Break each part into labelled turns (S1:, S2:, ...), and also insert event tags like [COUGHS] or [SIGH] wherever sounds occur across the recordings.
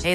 S1: Hey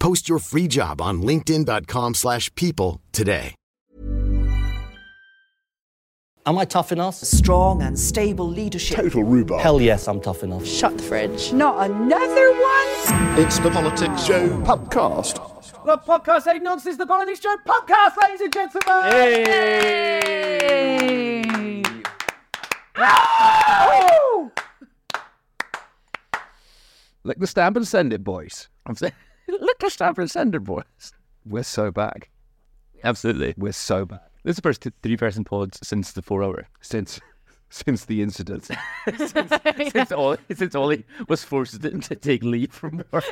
S2: Post your free job on linkedin.com/people slash people today.
S3: Am I tough enough?
S4: strong and stable leadership.
S5: rhubarb.
S3: Hell yes, I'm tough enough.
S6: Shut the fridge. Not another one.
S5: It's the Politics Show podcast.
S7: The podcast ain't nonsense, the politics show podcast, ladies and gentlemen. Hey. Ah!
S8: Lick the stamp and send it, boys. I'm saying, [LAUGHS] lick the stamp and send it, boys. We're so back. Absolutely, we're so back. This is the first three-person pod since the four-hour since [LAUGHS] since the incident. [LAUGHS] since, since Ollie, since Ollie was forced to to take leave from [LAUGHS] work.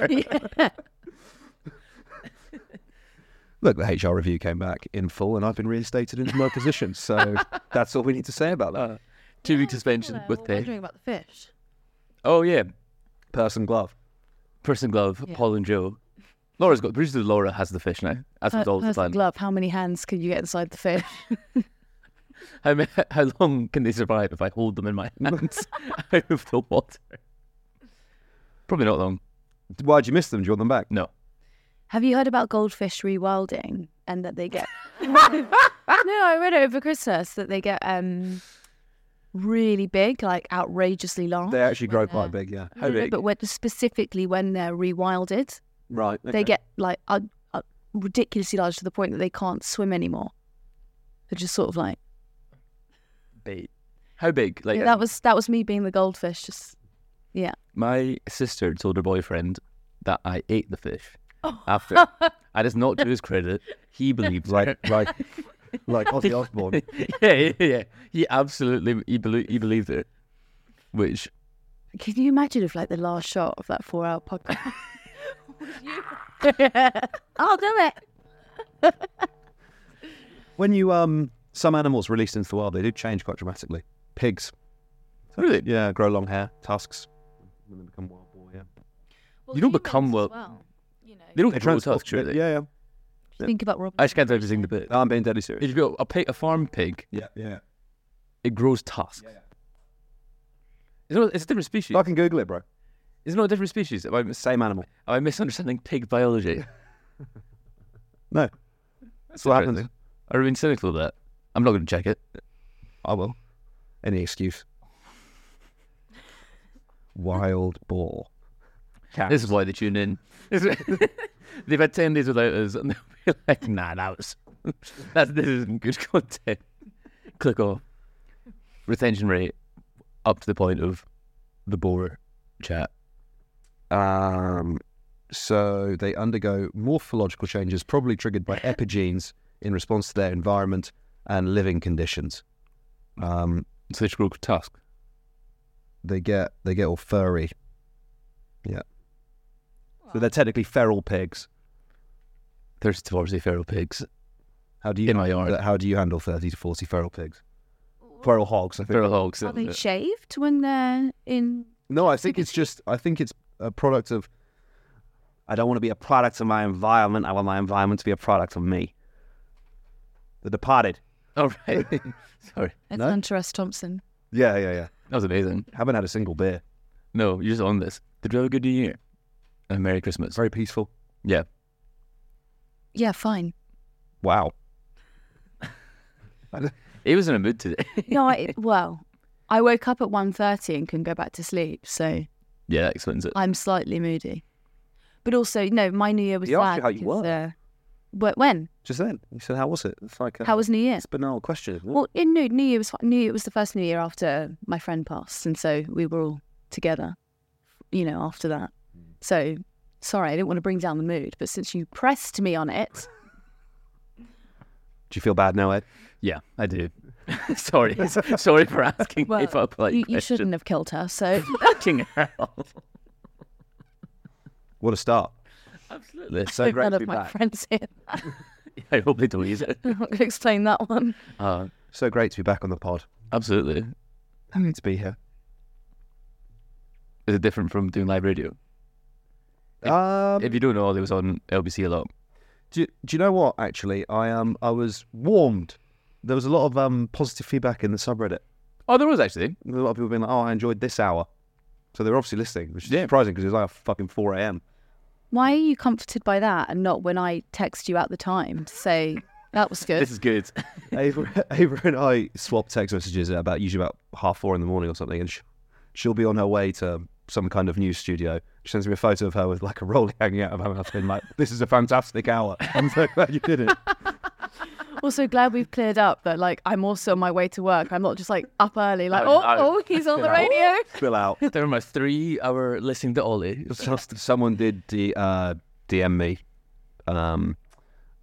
S8: Look, the HR review came back in full, and I've been reinstated into [LAUGHS] my position. So that's all we need to say about that.
S9: Two week suspension with pay. Wondering about the fish.
S8: Oh yeah,
S3: Person glove.
S8: person glove, Paul and Joe. Laura's got producer Laura has the fish now, as with all the
S9: How's the
S8: time.
S9: glove? How many hands can you get inside the fish? [LAUGHS]
S8: How, ma- [LAUGHS] how long can they survive if I hold them in my hands [LAUGHS] out of the water? Probably not long.
S3: Why'd you miss them? Do you want them back?
S8: No.
S9: Have you heard about goldfish rewilding and that they
S8: [LAUGHS]
S9: get? no, I read it over Christmas that they get um really big, like outrageously large.
S3: They actually grow quite big, Oh, yeah.
S9: I don't know, But when, specifically when they're rewilded,
S3: Right.
S9: they get like uh, uh, ridiculously large to the point that they can't swim anymore. They're just sort of like
S8: Big. How big? Like uh,
S9: Yeah, that was that was me being the goldfish. Just yeah,
S8: my sister told her boyfriend that I ate the fish.
S9: [LAUGHS]
S8: After I does not to his credit, he believed
S3: Like,
S8: her.
S3: like, like Ozzy Osbourne.
S8: [LAUGHS] yeah, yeah, yeah. He absolutely he, belie- he believed it. Which
S9: can you imagine if like the last shot of that four-hour
S8: [LAUGHS]
S9: podcast? I'll do it.
S3: When you, um, some animals released into the wild, they do change quite dramatically. Pigs.
S8: really,
S3: Yeah, grow long hair, tusks. And then become wild boar, yeah.
S8: You don't become well-
S6: You know.
S8: they don't
S3: They
S8: grow
S3: transform-
S8: tusks, surely.
S3: Yeah, yeah.
S9: Think about Rob.
S8: I just can't help seeing the bit.
S3: No, I'm being deadly serious.
S8: If you've got a pig, a farm pig,
S3: Yeah, yeah.
S8: it grows tusks. It's, not, it's a different species.
S3: I can Google it, bro.
S8: It's not a different species. Am I, mis-
S3: Same animal.
S8: am I misunderstanding pig biology?
S3: No. That's what happens.
S8: Interesting. I've been cynical of that. I'm not going to check it.
S3: I will. Any excuse. [LAUGHS] Wild boar.
S8: This is why they tune in. This is- [LAUGHS] They've had 10 days without us and they'll be like, nah, that was, that, this isn't good content. Click off. Retention rate up to the point of the boar chat.
S3: Um, so they undergo morphological changes, probably triggered by epigenes in response to their environment and living conditions. Um,
S8: So they just grow tusk.
S3: they get they get all furry. Yeah. So they're technically feral pigs.
S8: There's towards the feral pigs.
S3: How do you
S8: In my yard.
S3: How do you handle thirty to forty feral pigs? feral hogs. I think. Feral
S10: hogs.
S8: Are they shaved when they're in?
S3: No, I think it's just. I think it's a product of. I don't want to be a product of my environment. I want my environment to be a product of me. The Departed.
S10: Oh right. Sorry.
S8: It's Hunter S. Thompson.
S3: Yeah, yeah, yeah.
S10: That was amazing.
S3: Haven't had a single beer.
S10: No, you're just on this. Did you have a good New Year? And Merry Christmas.
S3: Very peaceful.
S10: Yeah.
S8: Yeah, [LAUGHS] fine.
S3: Wow.
S10: It was in a mood today. [LAUGHS]
S8: No, I, well, I woke up at 1.30 and couldn't go back to sleep, so
S10: yeah, that explains it.
S8: I'm slightly moody. But also, no, my New Year was
S3: He asked
S8: sad.
S3: you how you
S8: because,
S3: were.
S8: uh, wh- when?
S3: Just then, you said, "How was it?" It's like a,
S8: How was New Year?
S3: It's a banal question. isn't it?
S8: Well, in New, New Year was fi- New Year was the first New Year after my friend passed, and so we were all together, you know, after that. So sorry, I didn't want to bring down the mood, but since you pressed me on
S3: [LAUGHS]
S8: it,
S3: Do you feel bad now, Ed?
S10: Yeah, I do. Sorry, sorry for asking
S8: well,
S10: if I like
S8: you, you shouldn't have killed her. So [LAUGHS]
S10: Fucking hell!
S3: What a start.
S10: Absolutely.
S3: So great
S8: none
S3: to
S8: of
S3: be
S8: my
S3: back.
S8: friends
S3: [LAUGHS]
S8: here.
S10: I hope they don't
S8: [LAUGHS]
S10: use it.
S8: I'm not going to explain that one.
S10: Uh,
S3: so great to be back on the pod.
S10: absolutely.
S3: Happy to be here.
S10: Is it different from doing live radio?
S3: Um,
S10: If you don't know, it was on LBC a lot.
S3: do, do you know what? Actually, I um, I was warmed. There was a lot of um, positive feedback in the subreddit.
S10: Oh, there was actually.
S3: A lot of people being like, "Oh, I enjoyed this hour," so they were obviously listening, which is surprising because it was like fucking four a.m.
S8: Why are you comforted by that and not when I text you at the time to say that was good?
S10: This is good.
S3: [LAUGHS] Ava, Ava and I swapped text messages at about usually about half four in the morning or something, and she, she'll be on her way to some kind of news studio. She sends me a photo of her with like a roll [LAUGHS] hanging out of her mouth, being like, "This is a fantastic hour. [LAUGHS] I'm so glad you did it."
S8: Also glad we've cleared up that like I'm also on my way to work. I'm not just like up early like
S10: Oh,
S8: oh
S10: no.
S8: oh he's on
S10: [LAUGHS]
S8: the
S3: Yeah.
S8: radio.
S3: Spill out.
S10: there were my three-hour listening to Ollie.
S3: Just- someone did D, uh, DM me, um,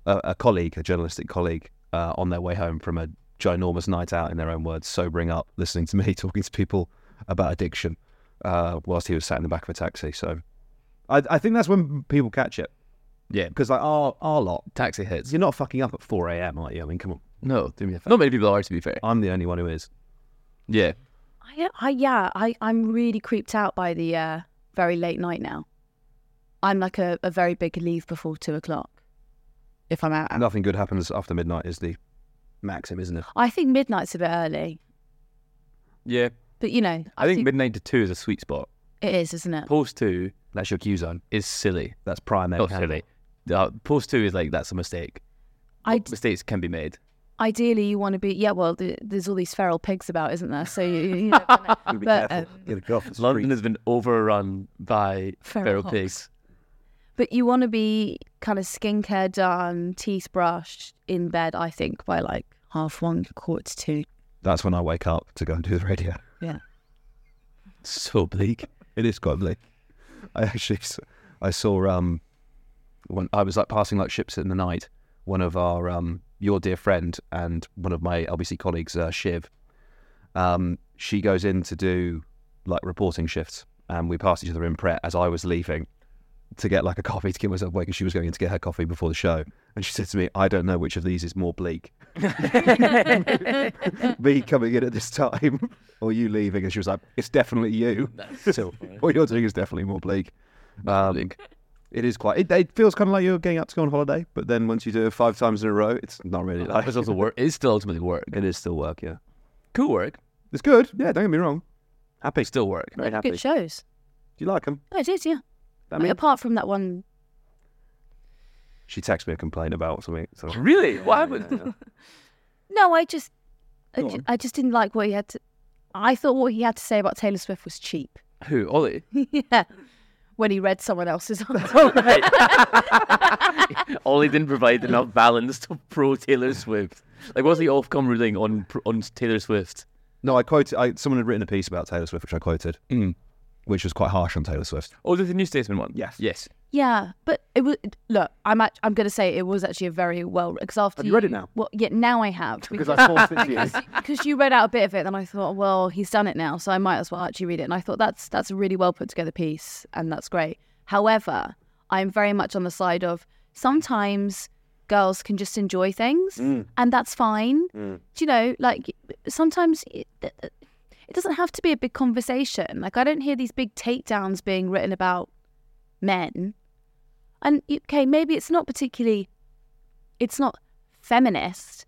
S3: a, a colleague, a journalistic colleague, uh, on their way home from a ginormous night out, in their own words, sobering up, listening to me [LAUGHS] talking to people about addiction uh, whilst he was sat in the back of a taxi. So I, I think that's when people catch it.
S10: Yeah.
S3: Because like our, our lot,
S10: Taxi hits.
S3: you're not fucking up at 4 a.m., are you? I mean, come on.
S10: No, do me a favor. Not many people are, to be fair.
S3: I'm the only one who is.
S10: Yeah.
S8: I, I yeah, I, I'm really creeped out by the uh, very late night now. I'm like a, a very big leave before two o'clock if I'm out.
S3: Nothing good happens after midnight is the maxim, isn't it?
S8: I think midnight's a bit early,
S10: Yeah.
S8: but you know,
S10: I think midnight to two is a sweet spot.
S8: it is, isn't it?
S10: Post two
S3: That's your Q zone.
S10: is silly.
S3: That's prime.
S10: Not silly. Uh, post two is like that's a mistake.
S8: I,
S10: Mistakes can be made.
S8: ideally, you want to be yeah. Well, the, there's all these feral pigs about, isn't there? So you, you know, [LAUGHS] kinda- but um,
S10: London has been overrun by
S8: Feral
S10: feral
S8: hogs.
S10: pigs.
S8: But you want to be kind of skincare done, teeth brushed, in bed, I think, by like half one, quarter to two.
S3: That's when I wake up to go and do the radio.
S8: Yeah.
S10: So bleak.
S3: It is quite bleak. I actually, s- I saw um, when I was like passing like ships in the night, one of our um, your dear friend and one of my LBC colleagues, uh, Shiv, um, she goes in to do like reporting shifts, and we passed each other in Pret as I was leaving to get like a coffee to get myself awake, and she was going in to get her coffee before the show, and she said to me, "I don't know which of these is more
S8: [LAUGHS]
S3: bleak, me coming in at this time [LAUGHS] or you leaving," and she was like, "It's definitely you." [LAUGHS]
S10: so funny.
S3: what you're doing is definitely more bleak. Um,
S10: bleak.
S3: It is quite. It, it feels kind of like you're getting up to go on holiday, but then once you do it five times in a row, it's not really like.
S10: That was
S3: [LAUGHS]
S10: also work. It's still ultimately work.
S3: It is still work, yeah.
S10: Cool work.
S3: It's good, yeah. Don't get me wrong. Happy.
S10: Still work.
S3: Very happy.
S8: Good shows.
S3: Do you like them?
S8: No, it is, yeah.
S3: I
S8: Like,
S3: mean,
S8: apart from that one,
S3: she texted me a complaint about something. So
S10: Really? What happened?
S8: no, I just, I,
S10: Go
S8: ju-
S10: on.
S8: I just didn't like what he had to. I thought what he had to say about Taylor Swift was cheap.
S10: Who? Ollie?
S8: [LAUGHS] yeah, when he read
S10: [LAUGHS]
S8: someone else's article.
S10: Oh, right. Ollie didn't provide enough balance to [LAUGHS] pro Taylor Swift. Like, what's the Ofcom ruling on on Taylor Swift?
S3: no, I quoted. I, someone had written a piece about Taylor Swift, which I quoted,
S10: Mm.
S3: which was quite harsh on Taylor Swift.
S10: Oh, there's the New Statesman one.
S3: Yes.
S10: Yes.
S8: yeah, but it was look. I'm act- I'm gonna say it was actually a very well because after
S3: Have you read it now?
S8: Well, yeah, now I have because
S3: forced it to you.
S8: [LAUGHS] because you read out a bit of it, then I thought, well, he's done it now, so I might as well actually read it. And I thought that's that's a really well put together piece, and that's great. However, I'm very much on the side of sometimes girls can just enjoy things,
S11: Mm.
S8: and that's fine.
S11: Mm.
S8: Do you know, like sometimes it, it doesn't have to be a big conversation. Like I don't hear these big takedowns being written about men. And okay, maybe it's not particularly, it's not feminist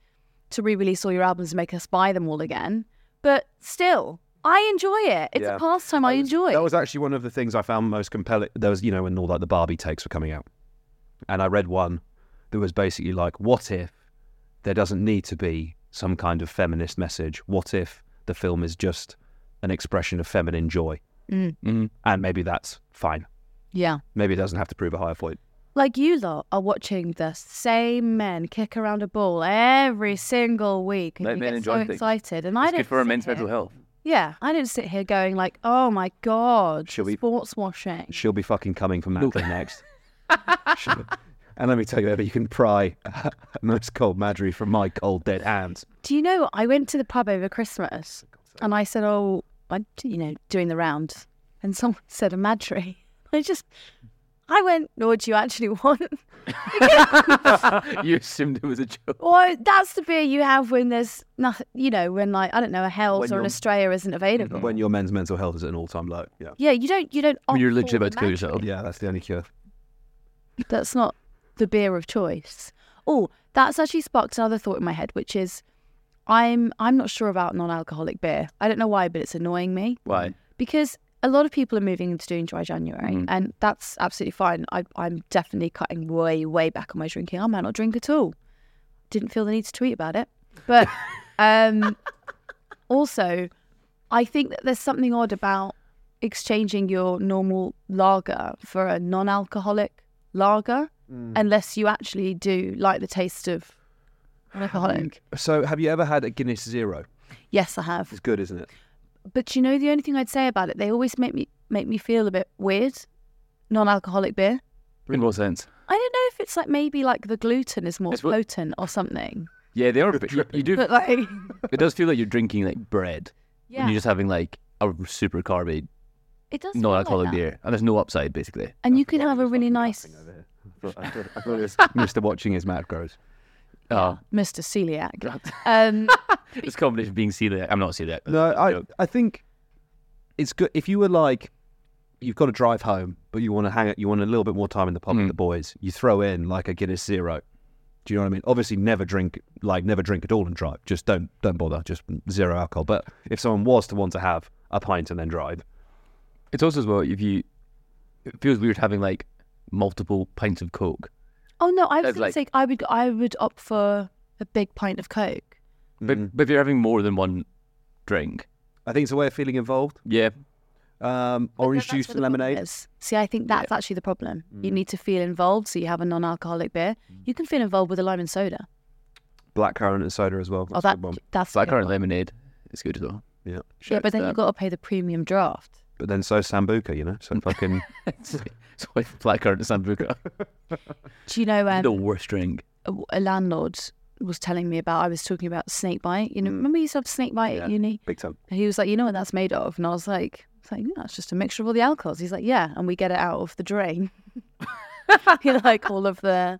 S8: to re-release all your albums and make us buy them all again. But still, I enjoy it. It's
S3: Yeah.
S8: a pastime I enjoy.
S3: That was actually one of the things I found most compelling. There was, you know, when all like the Barbie takes were coming out, and I read one that was basically like, "What if there doesn't need to be some kind of feminist message? What if the film is just an expression of feminine joy?"
S8: Mm.
S3: And maybe that's fine.
S8: Yeah.
S3: Maybe it doesn't have to prove a higher point.
S8: Like you lot are watching the same men kick around a ball every single week, and
S10: Let
S8: you
S10: men
S8: get
S10: enjoy
S8: so
S10: things.
S8: excited. And I
S10: It's
S8: don't.
S10: good for our men's
S8: sit here-
S10: mental health.
S8: Yeah, I don't sit here going like, "Oh my god,
S3: Shall we-
S8: sports washing."
S3: She'll be fucking coming from that thing next. She'll- and let me tell you, Eva, you can pry most cold madry from my cold dead hands.
S8: Do you know? I went to the pub over
S10: Oh,
S8: Christmas, and I said, "Oh, I'm you know doing the round," and someone [LAUGHS] said a madry. I just, I went, "No, what do you actually [LAUGHS] want?"
S10: [LAUGHS] you assumed it was a joke.
S8: Well, that's the beer you have when there's nothing, you know, when like I don't know,
S3: When
S8: a Hell's or an
S3: you're-
S8: Australia isn't available.
S3: When your men's mental health is at an all-time low. Yeah.
S8: Yeah, you don't, you don't. opt for the match.
S3: yourself. Yeah, that's the only cure.
S8: That's not the beer of choice. Oh, that's actually sparked another thought in my head, which is, I'm I'm not sure about non-alcoholic beer. I don't know why, but it's annoying me.
S10: Why?
S8: because a lot of people are moving into doing dry January,
S10: Mhm.
S8: and that's absolutely fine. I, I'm definitely cutting way, way back on my drinking. I might not drink at all. Didn't feel the need to tweet about it, but um, also, I think that there's something odd about exchanging your normal lager for a non-alcoholic lager,
S3: Mm.
S8: unless you actually do like the taste of alcoholic.
S3: So, have you ever had a Guinness Zero?
S8: Yes, I have.
S3: It's good, isn't it?
S8: But you know the only thing I'd say about it, they always make me make me feel a bit weird. Non-alcoholic beer.
S10: In what sense?
S8: I don't know if it's like maybe like the gluten is more
S10: It's what-
S8: potent or something.
S10: Yeah, they are a bit. You, you do.
S8: But like,
S10: [LAUGHS] It does feel like you're drinking like bread.
S8: Yeah.
S10: And you're just having like a super carby,
S8: it does. feel
S10: non alcoholic
S8: like that.
S10: beer. And there's no upside basically.
S8: And you can have a really nice
S3: I thought, I thought it
S8: [LAUGHS]
S3: was Mr. Watching His Mouth Grows.
S10: Oh,
S8: Mr. Ah, Celiac.
S10: [LAUGHS]
S8: Um,
S10: this combination of being celiac. I'm not celiac.
S3: No, I, I think it's good if you were like, you've got to drive home, but you want to hang out, you want a little bit more time in the
S10: Mm.
S3: pub with the boys. You throw in like a Guinness Zero. Do you know what I mean? Obviously, never drink like never drink at all and drive. Just don't don't bother. Just zero alcohol. But if someone was to want to have a pint and then drive,
S10: It's also as well if you. It feels weird having like multiple pints of Coke.
S8: oh no, I was
S10: That's
S8: going
S10: like-
S8: to say I would I would opt for a big pint of Coke.
S10: But, but if you're having more than one drink,
S3: Mm-hmm. I think it's a way of feeling involved.
S10: Yeah.
S3: Um, orange juice and lemonade.
S8: See, I think that's actually the problem.
S10: Mm.
S8: You need to feel involved, so you have a non-alcoholic beer. You can feel involved with a lime and soda.
S3: Blackcurrant and soda as well. That's
S8: oh,
S3: a
S8: that
S3: good one.
S8: that's a good
S10: Blackcurrant
S8: one.
S10: lemonade is good as well.
S3: Yeah.
S8: Yeah, but then you've got to pay the premium draft.
S3: But then so sambuca, you know. So
S8: Mm,
S3: fucking
S10: So if Blackcurrant and Sambuca,
S8: Do you know um,
S10: the worst drink.
S8: a, a landlord was telling me about? I was talking about snake bite.
S10: Mm.
S8: You know, remember you used to have snake bite at uni?
S3: big time.
S8: And he was like, you know what that's made of? And I was like, I was like, no, it's just a mixture of all the alcohols. He's like, yeah, and we get it out of the drain. [LAUGHS] you know, like all of the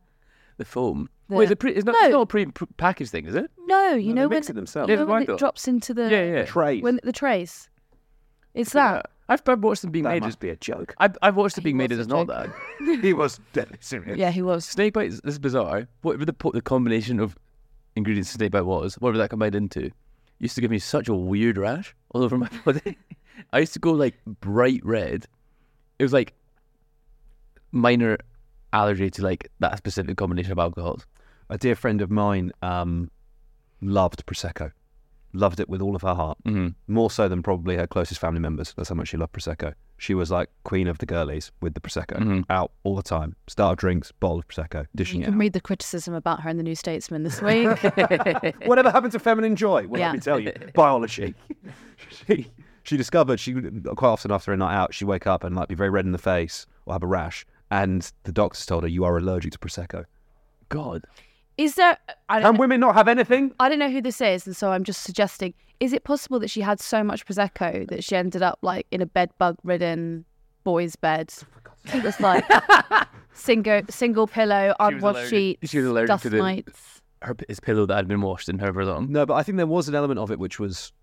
S10: The foam.
S8: The-
S10: Wait, is it pre- it's, not, it's
S8: No.
S10: not a pre pr- packaged thing, is it?
S8: no, you know when
S3: mix it themselves.
S8: you
S10: Yeah,
S8: know when
S10: why
S8: it
S10: not?
S8: drops into the
S10: Yeah, yeah.
S3: Trays.
S8: when the trays. It's that.
S10: I've I've watched them being
S3: That
S10: made.
S3: must be a joke.
S10: I've, I've watched it being made. It's not [LAUGHS] that.
S3: he was deadly serious.
S8: Yeah, he was.
S10: Snake bite. This is bizarre. Whatever the po- the combination of ingredients in snake bite was, whatever that combined into, used to give me such a weird rash all over my
S8: [LAUGHS]
S10: body. I used to go like bright red. It was like minor allergy to like that specific combination of alcohols.
S3: A dear friend of mine um, loved prosecco, loved it with all of her heart,
S10: Mhm.
S3: more so than probably her closest family members. That's how much she loved prosecco. She was like queen of the girlies with the prosecco,
S10: Mm-hmm.
S3: out all the time. Start of drinks, bowl of prosecco, dishing
S8: You
S3: it.
S8: can
S3: out.
S8: read the criticism about her in the New Statesman
S10: [LAUGHS]
S8: this week.
S3: Whatever happened to feminine joy? Well,
S8: Yeah.
S3: let me tell you, biology. she, she discovered she quite often after a night out, she'd wake up and like be very red in the face or have a rash, and the doctors told her you are allergic to prosecco.
S10: God,
S8: Is there? I don't
S3: Can women not have anything?
S8: I don't know who this is, and so I'm just suggesting: is it possible that she had so much prosecco that
S10: Oh, [LAUGHS]
S8: she ended up like in a bed bug ridden boy's bed? Just like single single pillow,
S10: She was
S8: unwashed
S10: allergic-
S8: sheets,
S10: She was allergic
S8: dust
S10: to the
S8: mites.
S10: her his pillow that had been washed in her for long.
S3: No, Uh, but I think there was an element of it which was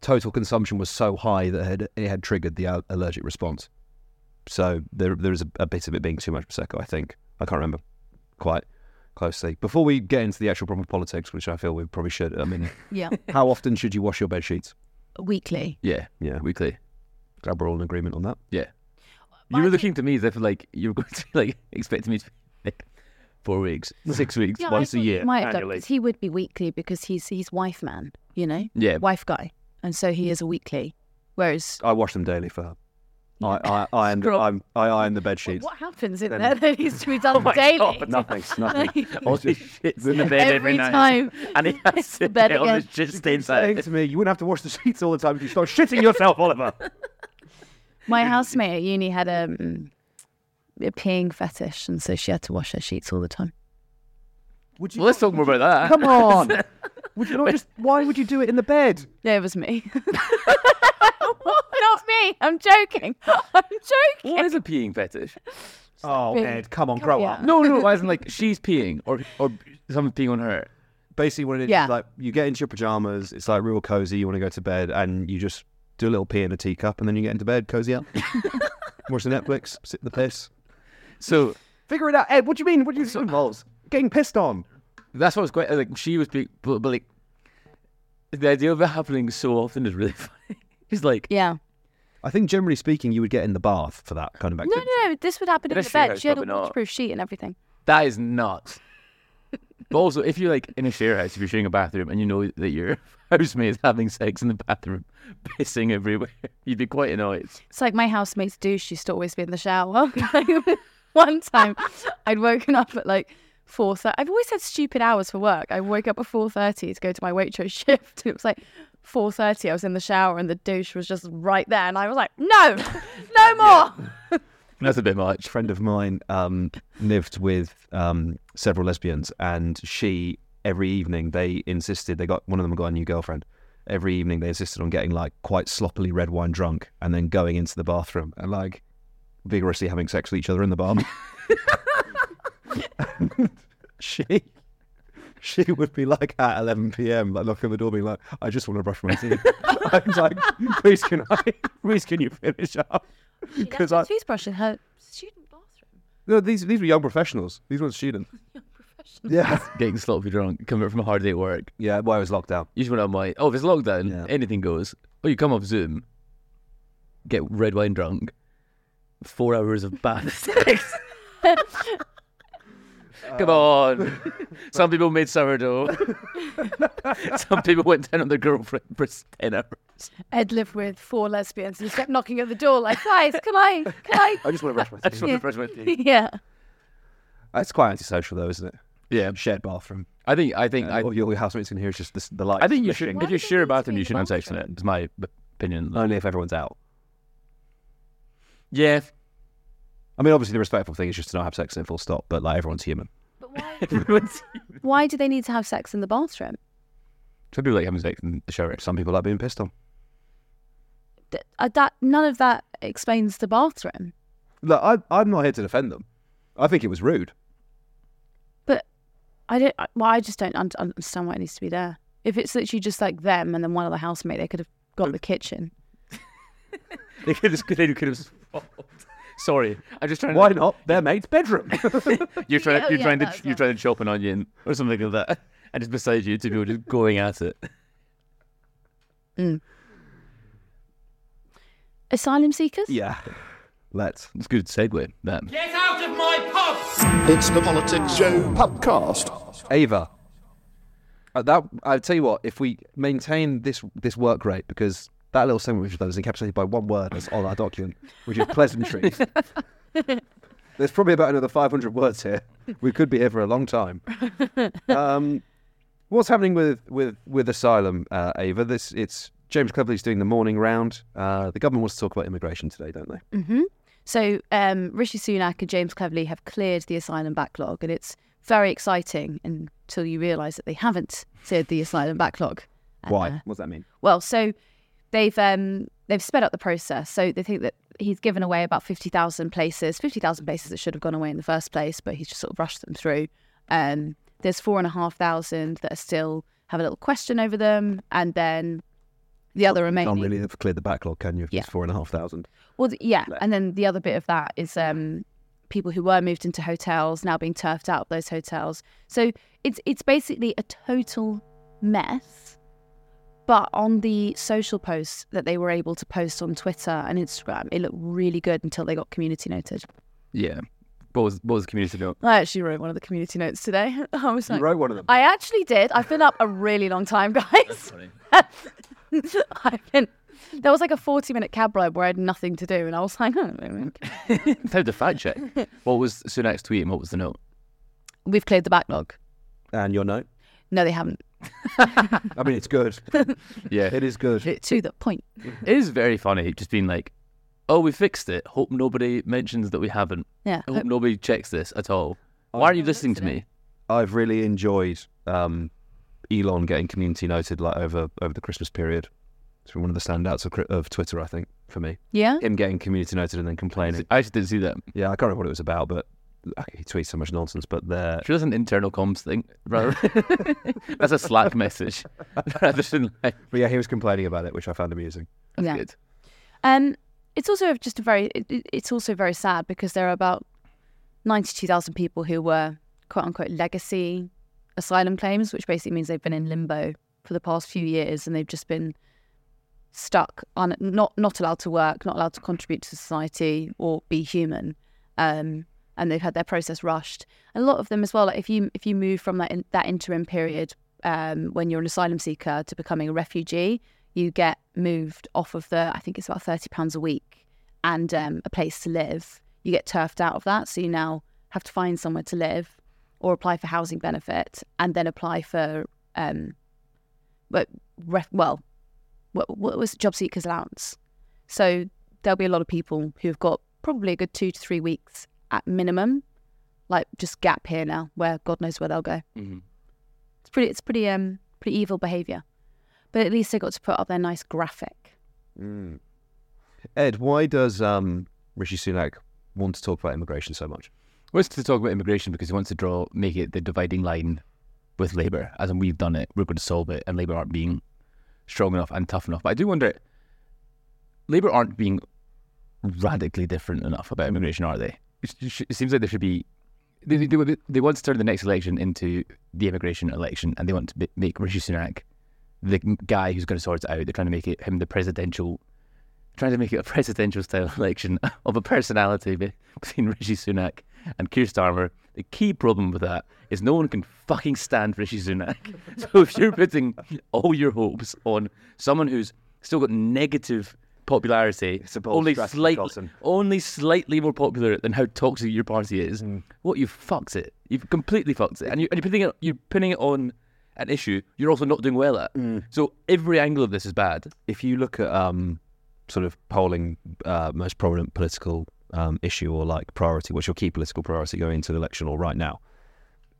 S3: total consumption was so high that it had, it had triggered the al- allergic response. So there, there is a, a bit of it being too much prosecco. I think I can't remember quite closely. Before we get into the actual proper politics, which I feel we probably should. I mean,
S8: Yeah.
S3: how often should you wash your bed sheets?
S8: Weekly.
S10: Yeah,
S3: yeah,
S10: weekly.
S3: Glad we're all in agreement on that.
S10: Yeah. you were looking to me as if like you were going to like expect me to like four weeks, six weeks,
S8: Yeah, I
S10: once a
S8: thought
S10: year.
S8: He might have done,
S10: annually.
S8: 'cause he would be weekly because he's he's wife man, you know?
S10: Yeah.
S8: Wife guy. And so
S10: Mm.
S8: he is a weekly. Whereas
S3: I wash them daily for her. I,
S8: [LAUGHS]
S3: I, I,
S8: Scrub.
S3: I'm, I iron the bed sheets.
S8: what happens in
S3: Then-
S8: there
S3: [LAUGHS]
S8: that needs to be
S10: Oh
S8: done daily?
S3: Nothing,
S8: [LAUGHS]
S3: nothing.
S10: All his shit's in the bed every,
S8: Every
S10: night.
S8: time
S10: [LAUGHS] And he has to
S8: bed
S10: get all his
S8: again.
S10: shit stains out.
S3: to me, you wouldn't have to wash the sheets all the time if you start shitting
S8: [LAUGHS]
S3: yourself, Oliver.
S8: My housemate at uni had a, mm, a peeing fetish, and so she had to wash her sheets all the time.
S3: Would
S10: Well, let's talk more about that.
S3: Come on. Would you not just? Why would you do it in the bed?
S8: No, it was me. [LAUGHS] Not me. I'm joking. [LAUGHS] I'm joking.
S10: What is a peeing fetish?
S3: Oh,
S8: Really?
S3: Ed, come on,
S8: Come
S3: grow
S8: on.
S3: up.
S10: No,
S8: [LAUGHS]
S10: no, as in like she's peeing or or someone's peeing on her.
S3: Basically, what it is,
S8: Yeah.
S3: is like you get into your pajamas, it's like real cozy. You want to go to bed, and you just do a little pee in a teacup, and then you get into bed, cozy
S8: [LAUGHS]
S3: up, watch the Netflix, sit in the piss.
S10: So
S3: Figure it out, Ed. What do you mean? What do you think it involves? Getting pissed on.
S10: that's what was quite like. She was peeing, but, but like the idea of it happening so often is really funny. It's like
S8: Yeah.
S3: I think generally speaking, you would get in the bath for that kind of
S8: No,
S3: activity.
S8: no, no. This would happen in
S10: This
S8: the bed.
S10: year,
S8: She had a
S10: probably not.
S8: waterproof sheet and everything.
S10: That is nuts. but also, if you're like in a share house, if you're sharing a bathroom and you know that your housemate is having sex in the bathroom, pissing everywhere, you'd be quite annoyed.
S8: It's like my housemate's douche used to always be in the shower. [LAUGHS] Like, One time, I'd woken up at like four thirty. I've always had stupid hours for work. I woke up at four thirty to go to my waitress [LAUGHS] shift. It was like four thirty. I was in the shower and the douche was just right there, and I was like, "No, [LAUGHS] no more." [LAUGHS]
S10: That's a bit much.
S3: friend of mine um, [LAUGHS] lived with um, several lesbians, and she every evening they insisted they got one of them got a new girlfriend. Every evening they insisted on getting like quite sloppily red wine drunk and then going into the bathroom and like vigorously having sex with each other in
S10: [LAUGHS]
S3: the bath. [LAUGHS] she she would be like at 11 p.m. like knocking on the door, being like, "I just want to brush my teeth." [LAUGHS] I'm like, "Please can I? Please can you finish up?"
S8: Because
S3: I-
S8: toothbrush in her student bathroom.
S3: No, these these were young professionals. These weren't students. Yeah,
S10: Getting sloppy drunk, coming from a hard day at work.
S3: yeah. Why it was locked down?
S10: You just went on my, oh, if it's lockdown,
S3: Yeah.
S10: anything goes. Oh, you come off Zoom, get red wine drunk, four hours of bad sex. Come on. Some people made sourdough. Some people went down on their girlfriend for 10 hours.
S8: Ed lived with four lesbians and he kept knocking at the door like, "Guys, can I? Can I?"
S3: [LAUGHS] I just want
S10: [LAUGHS]
S3: to brush my
S10: I just
S3: teeth.
S10: want to brush my teeth.
S8: yeah.
S3: That's Uh, quite antisocial, though, isn't it?
S10: Yeah.
S3: Shared bathroom.
S10: I think I think
S3: And
S10: I,
S3: all your, your housemates can hear is just this, the light.
S10: I think you should
S3: flashing.
S10: if you
S8: do they
S10: share
S8: need
S10: a
S8: to
S10: bathroom
S8: be
S10: you
S8: in the
S10: shouldn't have sex in it.
S8: bathroom?
S10: It's my b- opinion.
S3: only if everyone's out.
S10: yeah.
S3: I mean, obviously, the respectful thing is just to not have sex in it, full stop. But like, everyone's human.
S8: But why?
S10: Everyone's
S8: [LAUGHS] Why do they need to have sex in the bathroom?
S10: Some people like having sex in the shower.
S3: Some people like being pissed on.
S8: D- uh, that none of that explains the bathroom.
S3: Look, I, I'm not here to defend them. I think it was rude.
S8: But I don't. I- Well, I just don't un- understand why it needs to be there. If it's literally just like them and then one other housemate, they could have got the kitchen.
S10: [LAUGHS] They could have they could have swapped. Sorry. I'm just trying
S3: Why
S10: to
S3: not their
S10: [LAUGHS]
S3: mate's bedroom?
S10: You're trying
S8: Oh, Yeah,
S10: you're
S8: yeah,
S10: trying to
S8: that as
S10: you're trying to chop an onion or something like that. And just beside you two people just going at it.
S8: Mm. Asylum seekers.
S3: yeah. Let's.
S10: It's a good segue. That.
S7: Get out of my pub!
S12: It's the Politics Show podcast.
S3: Ava. Uh, that I tell you what, if we maintain this this work rate, because that little segment which was encapsulated by one word that's on our document, which is pleasantries. There's probably about another 500 words here. We could be here for a long time. Um, what's happening with with with asylum, uh, Ava? This it's James Cleverly's doing the morning round. Uh, the government wants to talk about immigration today, don't they?
S8: Mm-hmm. So um, Rishi Sunak and James Cleverly have cleared the asylum backlog, and it's very exciting until you realise that they haven't cleared the asylum backlog. And,
S3: Why?
S8: uh,
S3: What does that mean?
S8: Well, so they've um, they've sped up the process. So they think that he's given away about 50,000 places, 50,000 places that should have gone away in the first place, but he's just sort of rushed them through. Um, there's four and a half thousand that are still have a little question over them. And then the other remaining.
S3: Can't really have cleared the backlog, can you? If it's four and a half thousand.
S8: Well, th- yeah, and then the other bit of that is um, people who were moved into hotels now being turfed out of those hotels. So it's it's basically a total mess. But on the social posts that they were able to post on Twitter and Instagram, it looked really good until they got community noted.
S10: Yeah. What was what was the community note?
S8: I actually wrote one of the community notes today. [LAUGHS] I was like,
S10: wrote one of them?
S8: I actually did. I've been up a really long time, [LAUGHS] guys. I've been. There was like a forty-minute cab ride where I had nothing to do, and I was like,
S10: [LAUGHS] How to fact check? What was so next tweet and what was the note?
S8: [LAUGHS] "We've cleared the backlog."
S3: And your note?
S8: No, they haven't.
S3: [LAUGHS] I mean, it's
S8: [LAUGHS]
S3: good.
S10: Yeah,
S3: it is good.
S8: to the point.
S10: It is very funny, just being like, "Oh, we fixed it. Hope nobody mentions that we haven't.
S8: Yeah.
S10: I hope nobody checks this at all. Why aren't you listening to me?"
S3: I've really enjoyed um, Elon getting community noted like over over the Christmas period. It's been one of the standouts of, cri- of Twitter, I think, for me.
S8: Yeah?
S3: him getting community noted and then complaining.
S10: I actually didn't see that.
S3: Yeah, I can't remember what it was about, but okay, he tweets so much nonsense. But there,
S10: Sure, that's an internal comms thing.
S3: [LAUGHS]
S10: Rather, that's a Slack message. Rather than like,
S3: but yeah, he was complaining about it, which I found amusing.
S8: yeah. Um, it's also just a very. It, it- it's also very sad because there are about ninety-two thousand people who were quote unquote legacy asylum claims, which basically means they've been in limbo for the past few years and they've just been stuck on not not allowed to work, not allowed to contribute to society or be human. Um, and they've had their process rushed. A lot of them as well. Like if you if you move from that in, that interim period um, when you're an asylum seeker to becoming a refugee, you get moved off of the I think it's about thirty pounds a week and um, a place to live. You get turfed out of that, so you now have to find somewhere to live or apply for housing benefit and then apply for um, but ref- well, what, what was it? job seekers allowance? So there'll be a lot of people who've got probably a good two to three weeks at minimum, like just gap here now, where God knows where they'll go. It's pretty, it's pretty, um, pretty evil behaviour. But at least they got to put up their nice graphic.
S3: Mm. Ed, why does um, Rishi Sunak want to talk about immigration so much?
S10: wants to talk about immigration because he wants to draw, make it the dividing line with Labour, as in we've done it, we're going to solve it, and Labour aren't being strong enough and tough enough. But I do wonder, Labour aren't being radically different enough about
S3: Mm.
S10: immigration, are they? It sh- it seems like there should be. They, they, they want to turn the next election into the immigration election, and they want to b- make Rishi Sunak the guy who's going to sort it out. They're trying to make it him the presidential, trying to make it a presidential style election of a personality be- between Rishi Sunak and Keir Starmer. The key problem with that is no one can fucking stand Rishi Sunak. So if you're putting all your hopes on someone who's still got negative popularity,
S3: bold
S10: only
S3: strategy,
S10: slightly,
S3: Colson.
S10: only slightly more popular than how toxic your party is, what you've fucked it. You've completely fucked it, and, you, and you're putting it, you're pinning it on an issue you're also not doing well at. So every angle of this is bad.
S3: If you look at um, sort of polling uh, most prominent political um, issue or like priority, what's your key political priority going into the election or right now?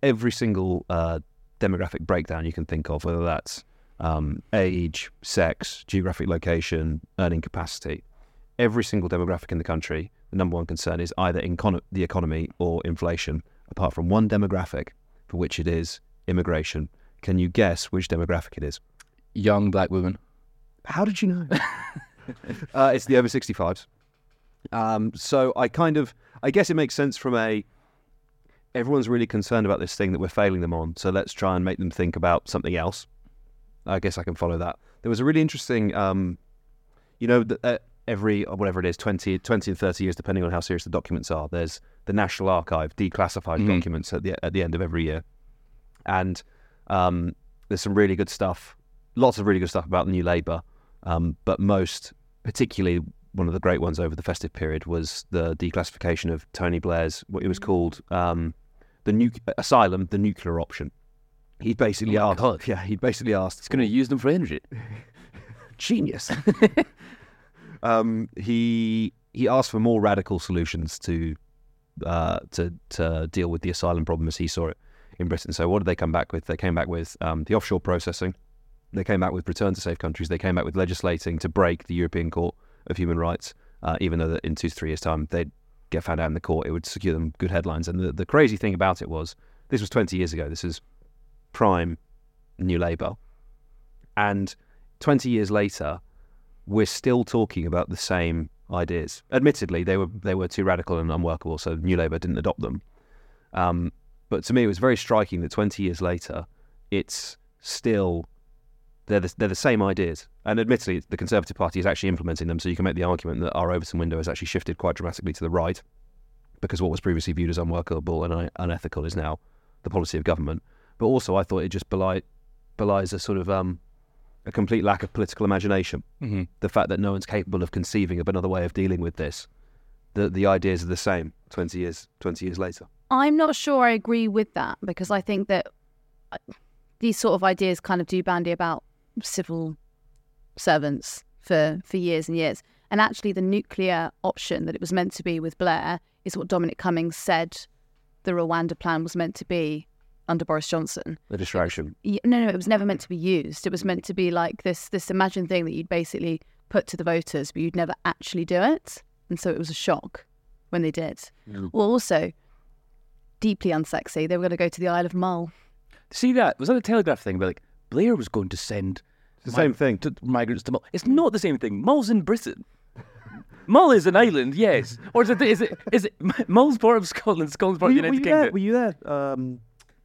S3: Every single uh, demographic breakdown you can think of, whether that's um, age, sex, geographic location, earning capacity, every single demographic in the country, the number one concern is either econo- the economy or inflation, apart from one demographic for which it is immigration. Can you guess which demographic it is?
S10: Young black women.
S3: How did you know? uh, it's the over 65s. Um, so I kind of, I guess it makes sense from a, everyone's really concerned about this thing that we're failing them on. So let's try and make them think about something else. I guess I can follow that. There was a really interesting, um, you know, th- uh, every, or whatever it is, 20, 20 and 30 years, depending on how serious the documents are, there's the National Archive declassified documents at the, at the end of every year and um, there's some really good stuff, lots of really good stuff about New Labour, um, but most, particularly one of the great ones over the festive period was the declassification of Tony Blair's what it
S10: Mm.
S3: was called um, the nu- asylum, the nuclear option. He basically
S10: Oh
S3: asked, [LAUGHS] yeah, he basically asked,
S10: It's going to use them for energy.
S3: genius. um, he he asked for more radical solutions to uh, to to deal with the asylum problem as he saw it in Britain. So what did they come back with? They came back with um, the offshore processing. They came back with return to safe countries. They came back with legislating to break the European Court of Human Rights uh, even though that in two to three years' time they'd get found out in the court, it would secure them good headlines. And the, the crazy thing about it was this was 20 years ago. This is prime New Labour. And 20 years later, we're still talking about the same ideas. Admittedly, they were they were too radical and unworkable, so New Labour didn't adopt them. Um, but to me, it was very striking that 20 years later, it's still they're the, they're the same ideas. And admittedly, the Conservative Party is actually implementing them, so you can make the argument that our Overton window has actually shifted quite dramatically to the right, because what was previously viewed as unworkable and un- unethical is now the policy of government. But also, I thought it just belie- belies a sort of um, a complete lack of political imagination.
S10: Mhm.
S3: The fact that no one's capable of conceiving of another way of dealing with this. The the ideas are the same twenty years twenty years later.
S8: I'm not sure I agree with that because I think that uh, these sort of ideas kind of do bandy about civil servants for, for years and years. And actually, the nuclear option that it was meant to be with Blair is what Dominic Cummings said the Rwanda plan was meant to be under Boris Johnson.
S3: The distraction.
S8: Y- No, no, it was never meant to be used. It was meant to be like this this imagined thing that you'd basically put to the voters, but you'd never actually do it. And so it was a shock when they did.
S10: Mm.
S8: Well, also deeply unsexy. They were going to go to the Isle of Mull.
S10: See that? Was that a Telegraph thing? Where like Blair was going to send the
S3: same
S10: thing to migrants to Mull. It's not the same thing. Mull's in Britain. Mull is an island, yes. Or is it? Is it? Is it? [LAUGHS] Mull's part of Scotland. Scotland's part of the United Kingdom.
S3: Were you there um,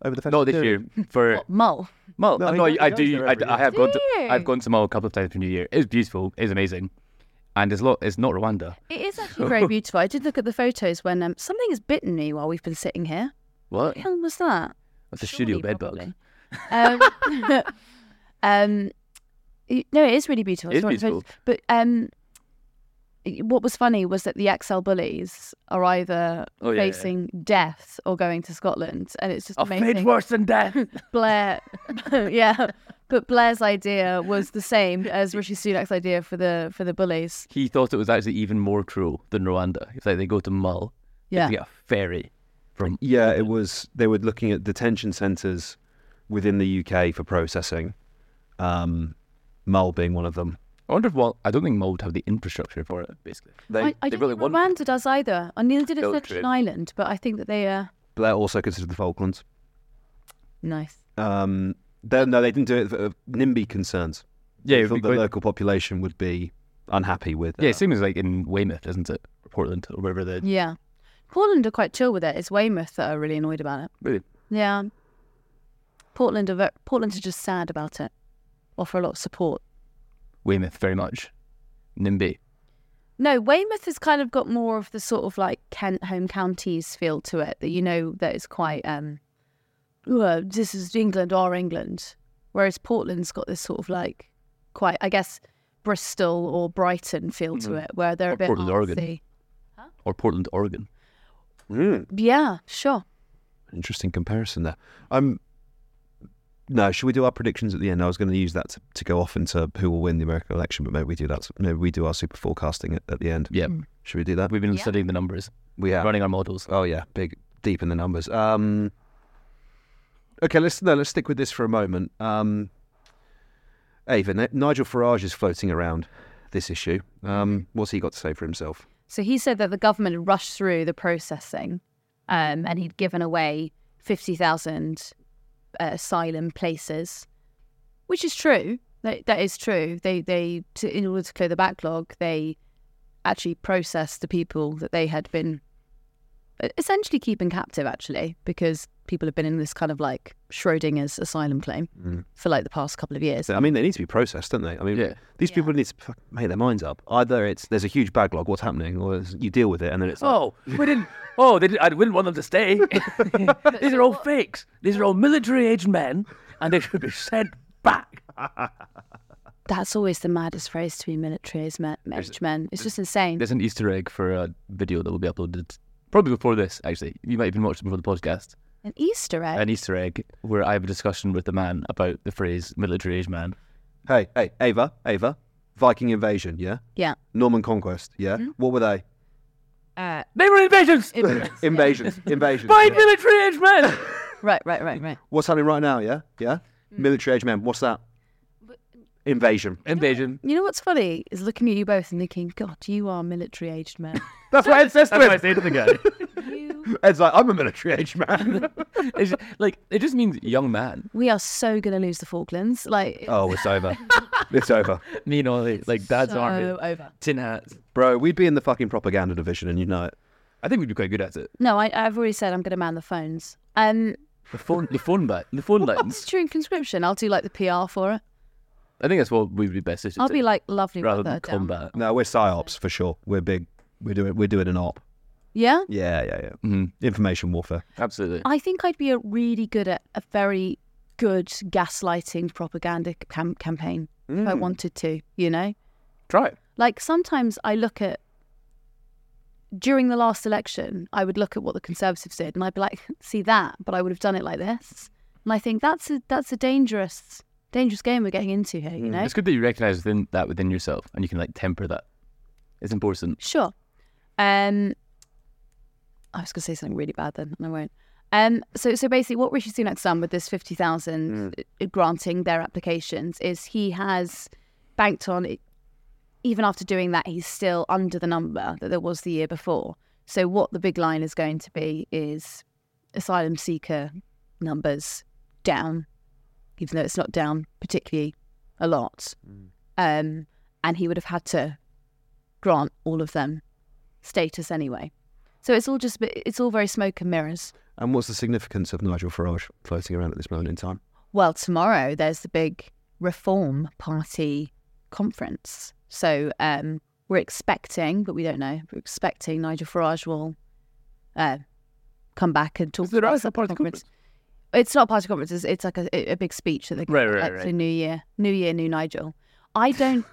S3: over the
S10: Not this year for
S8: Mull.
S10: Mull.
S3: No,
S10: No,
S3: he
S10: I,
S3: goes-
S10: I
S3: he
S10: do.
S3: goes there
S10: I,
S3: every
S10: I
S3: year.
S10: have gone to.
S8: Do
S10: I've
S8: you?
S10: gone to Mull a couple of times for New Year. It's beautiful. It's amazing, and it's lot. It's not Rwanda.
S8: It is actually
S10: [LAUGHS]
S8: very beautiful. I did look at the photos when um, something has bitten me while we've been sitting here.
S10: What?
S8: What the hell was that?
S10: It's a studio bed bug.
S8: Um,
S10: [LAUGHS]
S8: [LAUGHS] um, y- no, it is really beautiful.
S10: It is
S8: Sorry, but-
S10: beautiful.
S8: But um, y- what was funny was that the XL bullies are either
S10: Oh, yeah, yeah.
S8: facing death or going to Scotland, and it's just
S10: A
S8: amazing.
S10: fate worse than death.
S8: [LAUGHS]
S11: [LAUGHS]
S10: [LAUGHS]
S8: Blair, [LAUGHS] yeah, but Blair's idea was the same as Rishi Sunak's idea for the for the bullies.
S10: He thought it was actually even more cruel than Rwanda. It's like they go to Mull. they
S8: Yeah.
S10: get a ferry from
S3: Yeah, it was. They were looking at detention centres within the UK for processing. Um, Mull being one of them.
S10: I wonder if well, I don't think Mull would have the infrastructure for it. Basically,
S3: They,
S8: I, I don't think Rwanda does either, and neither did
S3: Go
S8: Ascension
S3: trip.
S8: Island. But I think that they are
S3: Blair also considered the Falklands.
S8: nice.
S3: Um, they- no, they didn't do it. For, uh, NIMBY concerns.
S10: Yeah,
S3: They
S10: it would
S3: thought
S10: be
S3: the
S10: quite-
S3: local population would be unhappy with.
S10: yeah, same as like in Weymouth, isn't it? Or Portland or wherever they.
S8: Yeah, Portland are quite chill with it. It's Weymouth that are really annoyed about it.
S10: Really?
S8: Yeah, Portland are ve- Portland are just sad about it. Offer a lot of support.
S10: Weymouth very much. NIMBY.
S8: No, Weymouth has kind of got more of the sort of like Kent home counties feel to it that you know that is quite um "Well, this is England or England. Whereas Portland's got this sort of like quite I guess Bristol or Brighton feel to
S10: Mhm.
S8: it where they're
S10: Or
S8: a bit
S10: Portland, Oregon.
S8: artsy.
S10: Or Portland, Oregon.
S3: Mm.
S8: Yeah, sure.
S3: Interesting comparison there. Um, no, should we do our predictions at the end? I was going to use that to, to go off into who will win the American election, but maybe we do that. Maybe we do our super forecasting at, at the end.
S10: Yeah.
S3: Should we do that?
S10: We've been
S8: Hmm. Yeah.
S10: studying the numbers,
S3: We are.
S10: running our models.
S3: Oh yeah, big, deep in the numbers. Um, okay, let's no, let's stick with this for a moment. Um, Ava, N- Nigel Farage is floating around this issue. Um, what's he got to say for himself?
S8: So he said that the government had rushed through the processing um, and he'd given away 50,000 uh, asylum places, which is true. That, that is true. They, they to, in order to clear the backlog, they actually processed the people that they had been e, essentially keeping captive, actually, because people have been in this kind of like Schrodinger's asylum claim for like the past couple of years.
S3: So, Mm. I mean, they need to be processed, don't they? I mean,
S10: Yeah.
S3: these people need to fuck- make their minds up. Either it's there's a huge backlog, what's happening, or it's- you deal with it, and then it's like,
S10: Oh, we didn't. Oh, they did, I wouldn't want them to stay.
S8: [LAUGHS]
S10: These are all fakes. These are all military-aged men, and they should be sent back.
S8: [LAUGHS] That's always the maddest phrase to be military is ma- marriage men. It's just insane.
S10: There's an Easter egg for a video that will be uploaded probably before this. Actually, you might even watch it before the podcast.
S8: An Easter egg.
S10: An Easter egg where I have a discussion with the man about the phrase military-aged man.
S3: hey, hey, Ava, Ava, Viking invasion, yeah,
S8: Yeah.
S3: Norman conquest, yeah. What were they?
S8: Uh,
S10: They were invasions [LAUGHS]
S3: [LAUGHS]
S8: [LAUGHS]
S3: Invasions, invasions.
S10: by military-aged men.
S8: right, right, right, right.
S3: What's happening right now? Yeah, yeah. Military age men. What's that? Invasion.
S10: Invasion.
S8: You know what's funny is looking at you both and thinking, God, you are military
S10: [LAUGHS]
S8: aged men.
S3: That's what Ed says to
S10: [LAUGHS] That's
S3: him.
S10: what I say to the guy. [LAUGHS]
S3: Ed's like, I'm a military age
S8: [LAUGHS]
S3: man.
S10: it's just- like it just means [LAUGHS] young man.
S8: we are so going to lose the Falklands. Like,
S3: Oh, it's over. it's over.
S10: Me and Ollie, like dad's
S8: so
S10: army,
S8: over.
S10: tin hats.
S3: Bro, we'd be in the fucking propaganda division and you know it.
S10: I think we'd be quite good at it.
S8: No, I, I've already said I'm going to man the phones. Um,
S10: The phone, the phone bat, the phone lines.
S8: during conscription, I'll do like the PR for it.
S10: I think that's what we'd be best suited
S8: I'll
S10: to,
S8: be like, lovely
S10: rather than
S8: weather. down-
S10: combat.
S3: No, we're psyops for sure. We're big. We're doing we're doing an op.
S8: Yeah?
S3: Yeah, yeah, yeah.
S10: Mm-hmm.
S3: Information warfare.
S10: Absolutely.
S8: I think I'd be a really good at a very good gaslighting propaganda cam- campaign if I
S10: Mm.
S8: wanted to, you know?
S10: Try it.
S8: Like sometimes I look at during the last election, I would look at what the Conservatives did, and I'd be like, [LAUGHS] "See that," but I would have done it like this. And I think that's a that's a dangerous dangerous game we're getting into here. You know,
S10: Mm. It's good that you recognise within that within yourself, and you can like temper that. It's important.
S8: sure. Um, I was going to say something really bad then, and I won't. Um, so so basically, what Rishi Sunak's done with this fifty thousand uh, granting their applications is he has banked on it. Even after doing that, he's still under the number that there was the year before. So what the big line is going to be is asylum seeker numbers down, even though it's not down particularly a lot. Um, and he would have had to grant all of them status anyway. So it's all just a bit- it's all very smoke and mirrors.
S3: And what's the significance of Nigel Farage floating around at this moment in time?
S8: Well, tomorrow there's the big Reform Party conference. So um, we're expecting, but we don't know. We're expecting Nigel Farage will uh, come back and talk. Is there a party conference? It's not a party conference. It's, it's like a, a big speech that they give
S10: Right, right,
S8: at
S10: right.
S8: the New Year, New Year, New Nigel. I don't,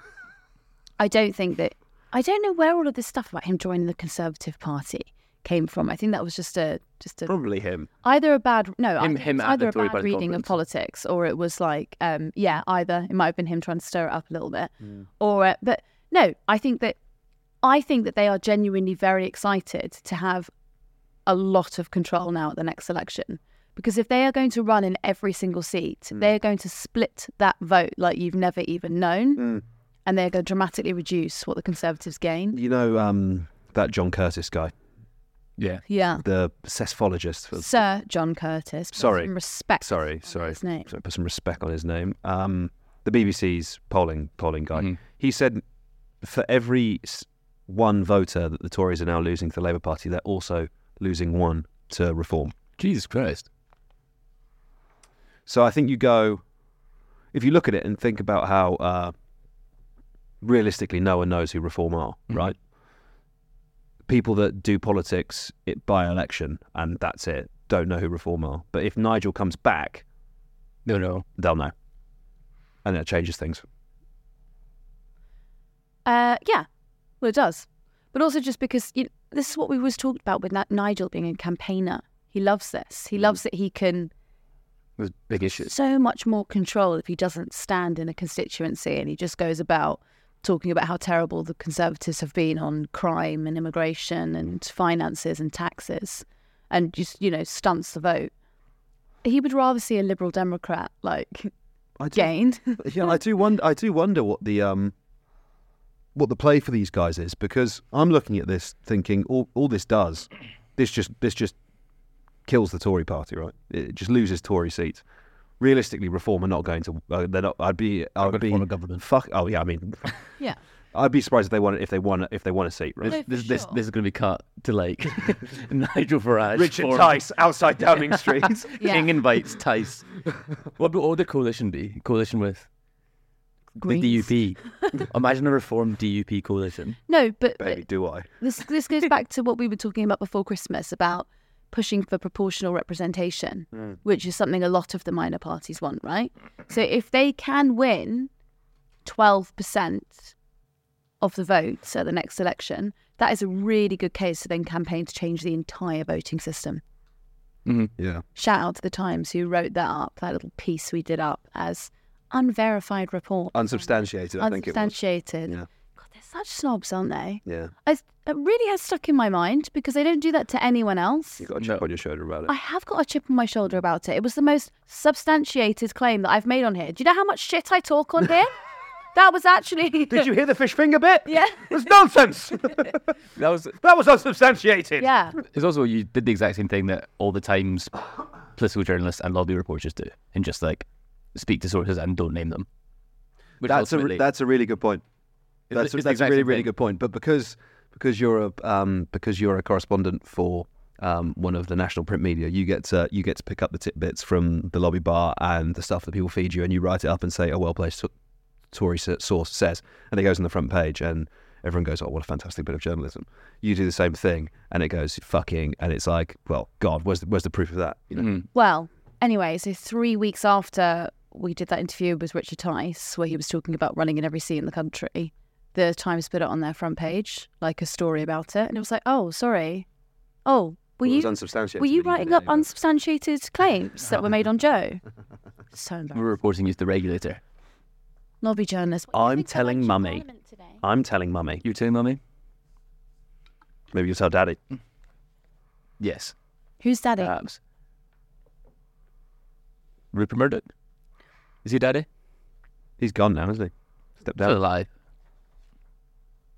S8: I don't think that. I don't know where all of this stuff about him joining the Conservative Party came from. I think that was just a just a
S3: Probably him.
S8: either a bad no I
S10: Him-
S8: think
S10: him
S8: it's
S10: at the
S8: either a
S10: Tory
S8: bad
S10: party
S8: reading
S10: conference.
S8: of politics or it was like um yeah either it might have been him trying to stir it up a little bit
S3: Mm.
S8: or uh, but no i think that i think that they are genuinely very excited to have a lot of control now at the next election because if they are going to run in every single seat
S10: Mm.
S8: they are going to split that vote like you've never even known
S10: Mm.
S8: and they're going to dramatically reduce what the conservatives gain
S3: You know, um, that John Curtis guy.
S10: Yeah.
S8: yeah
S3: The sessphologist. for-
S8: sir john curtis put
S3: Sorry.
S8: some respect
S3: Sorry, sorry.
S8: his name.
S3: Sorry, put some respect on his name. Um, the BBC's polling polling guy. He said for every s- one voter that the Tories are now losing to the Labour Party, they're also losing one to Reform.
S10: Jesus Christ.
S3: So I think you go, if you look at it and think about how uh, realistically no one knows who Reform are, right? People that do politics it, by election and that's it don't know who Reform are. But if Nigel comes back,
S10: No, no.
S3: they'll know. And that changes things.
S8: Uh, yeah, well, it does. But also just because you this is what we was talked about with Na- Nigel being a campaigner. He loves this.
S3: Mm.
S8: He loves that he can
S10: There's big issues.
S8: so much more control if he doesn't stand in a constituency and he just goes about talking about how terrible the Conservatives have been on crime and immigration
S3: Mm.
S8: and finances and taxes and just, you know, stunts the vote. He would rather see a Liberal Democrat like
S3: I [LAUGHS]
S8: gained.
S3: yeah, I do wonder. I do wonder what the um, what the play for these guys is because I'm looking at this thinking all all this does, this just this just kills the Tory party, right? It just loses Tory seats. Realistically, reform are not going to. Uh, they're not. I'd be. I'd be.
S10: form a government.
S3: Fuck. Oh yeah. I mean,
S8: yeah.
S3: I'd be surprised if they won. If they won. If they won a seat, right?
S8: No, Oh, for
S10: This, this,
S8: sure.
S10: this is going to be cut to like Nigel Farage. form-
S3: outside Downing
S8: [LAUGHS]
S3: Street.
S8: Yeah.
S10: King invites Tice. What would all the coalition be? Coalition with the
S8: Greens.
S10: DUP. Imagine a reformed DUP coalition.
S8: No, but, but
S3: Baby, do I?
S8: This this goes back to what we were talking about before Christmas about pushing for proportional representation,
S3: Hmm.
S8: which is something a lot of the minor parties want, right? So if they can win twelve percent of the votes at the next election, that is a really good case to then campaign to change the entire voting system.
S10: Mm-hmm.
S3: Yeah.
S8: Shout out to the Times who wrote that up, that little piece we did up as unverified report.
S3: Unsubstantiated. I think it was.
S8: unsubstantiated.
S3: Yeah.
S8: God, they're such snobs, aren't they?
S3: Yeah.
S8: I, it really has stuck in my mind because I don't do that to anyone else.
S3: You got a chip on your shoulder about it.
S8: I have got a chip on my
S11: [LAUGHS]
S8: shoulder about it. It was the most substantiated claim that I've made on here. Do you know how much shit I talk on here? That was actually.
S11: Did you hear the fish finger bit?
S8: [LAUGHS]
S11: [LAUGHS]
S8: Yeah.
S11: It's nonsense.
S10: That was
S11: [LAUGHS] that was unsubstantiated.
S8: Yeah.
S10: It's also you did the exact same thing that all the times political journalists and lobby reporters do, and just like speak to sources and don't name them. Which
S3: that's a re-
S10: ultimately-
S3: that's a really good point.
S10: It's
S3: That's,
S10: the- it's the
S3: that's a
S10: exact
S3: really
S10: same
S3: really
S10: thing.
S3: good point. But because because you're a um, because you're a correspondent for um, one of the national print media, you get to you get to pick up the tidbits from the lobby bar and the stuff that people feed you, and you write it up and say a well placed Tory s- source says, and it goes on the front page, and everyone goes, oh, what a fantastic bit of journalism. You do the same thing, and it goes fucking, and it's like, well, God, where's the, where's the proof of that? You know.
S10: Mm-hmm.
S8: Well, anyway, so three weeks after we did that interview with Richard Tice, where he was talking about running in every sea in the country, the Times put it on their front page, like a story about it. And it was like, oh, sorry. Oh, were
S3: Well, it
S8: you
S3: was unsubstantiated,
S8: Were you
S3: but you
S8: writing
S3: didn't
S8: up unsubstantiated claims that were made
S3: [LAUGHS]
S8: on Joe? So embarrassing.
S10: We're reporting is the regulator.
S8: Lobby journalist.
S3: I'm telling mummy. I'm telling mummy.
S10: You're telling mummy?
S3: Maybe you'll tell daddy.
S10: Yes.
S8: Who's daddy?
S13: Uh,
S10: Perhaps. Rupert Murdoch. Is he daddy?
S3: He's gone now, isn't he? Stepped
S10: Still alive.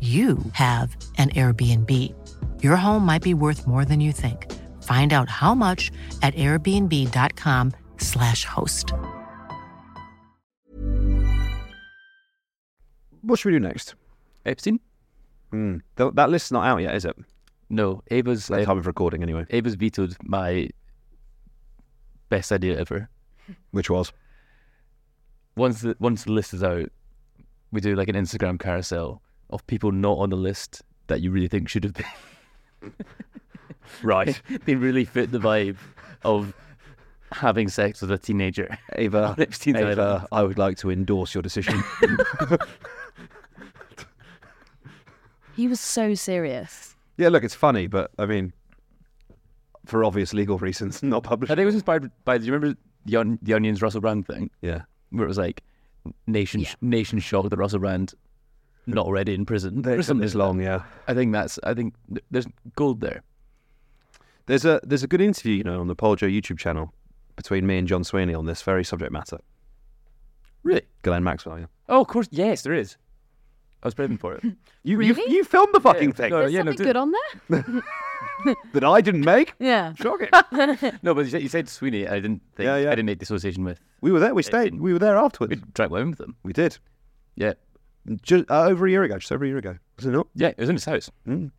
S1: you have an Airbnb. Your home might be worth more than you think. Find out how much at airbnb.com/slash host.
S3: What should we do next?
S10: Epstein?
S3: Mm. Th- that list's not out yet, is it?
S10: No, Ava's.
S3: At the time of recording, anyway.
S10: Ava's vetoed my best idea ever.
S3: Which was?
S10: Once the, once the list is out, we do like an Instagram carousel of people not on the list that you really think should have been. [LAUGHS]
S3: Right.
S10: they really fit the vibe of having sex with a teenager. [LAUGHS]
S3: Ava,
S10: Epstein's
S3: Ava
S10: Island.
S3: I would like to endorse your decision.
S8: He was so serious.
S3: [LAUGHS] yeah, look, it's funny, but I mean, for obvious legal reasons, [LAUGHS] not published.
S10: I think it was inspired by. Do you remember the, On- the Onion's Russell Brand thing?
S3: Yeah,
S10: where it was like nation nation shocked that Russell Brand not already in prison.
S3: They
S10: or
S3: took
S10: something
S3: this
S10: like that.
S3: long, yeah.
S10: I think that's. I think th- there's gold there.
S3: There's a there's a good interview, you know, on the Paul Joe YouTube channel between me and John Sweeney on this very subject matter.
S10: Really?
S3: Glenn Maxwell, yeah.
S10: Oh, of course. Yes, there is. I was prepping [LAUGHS] for it.
S3: You, you you filmed the fucking thing
S10: No, yeah, no,
S8: Something good on there?
S3: that I didn't make.
S8: Yeah. [LAUGHS]
S3: Shocking.
S10: no, but you said, you said Sweeney. I didn't think. I didn't make the association with.
S3: We were there. We stayed. We were there afterwards.
S10: We drank wine with them.
S3: We did.
S10: Yeah.
S3: Just, uh, over a year ago. Just over a year ago. Was it not?
S10: Yeah, it was in his house.
S3: Mm.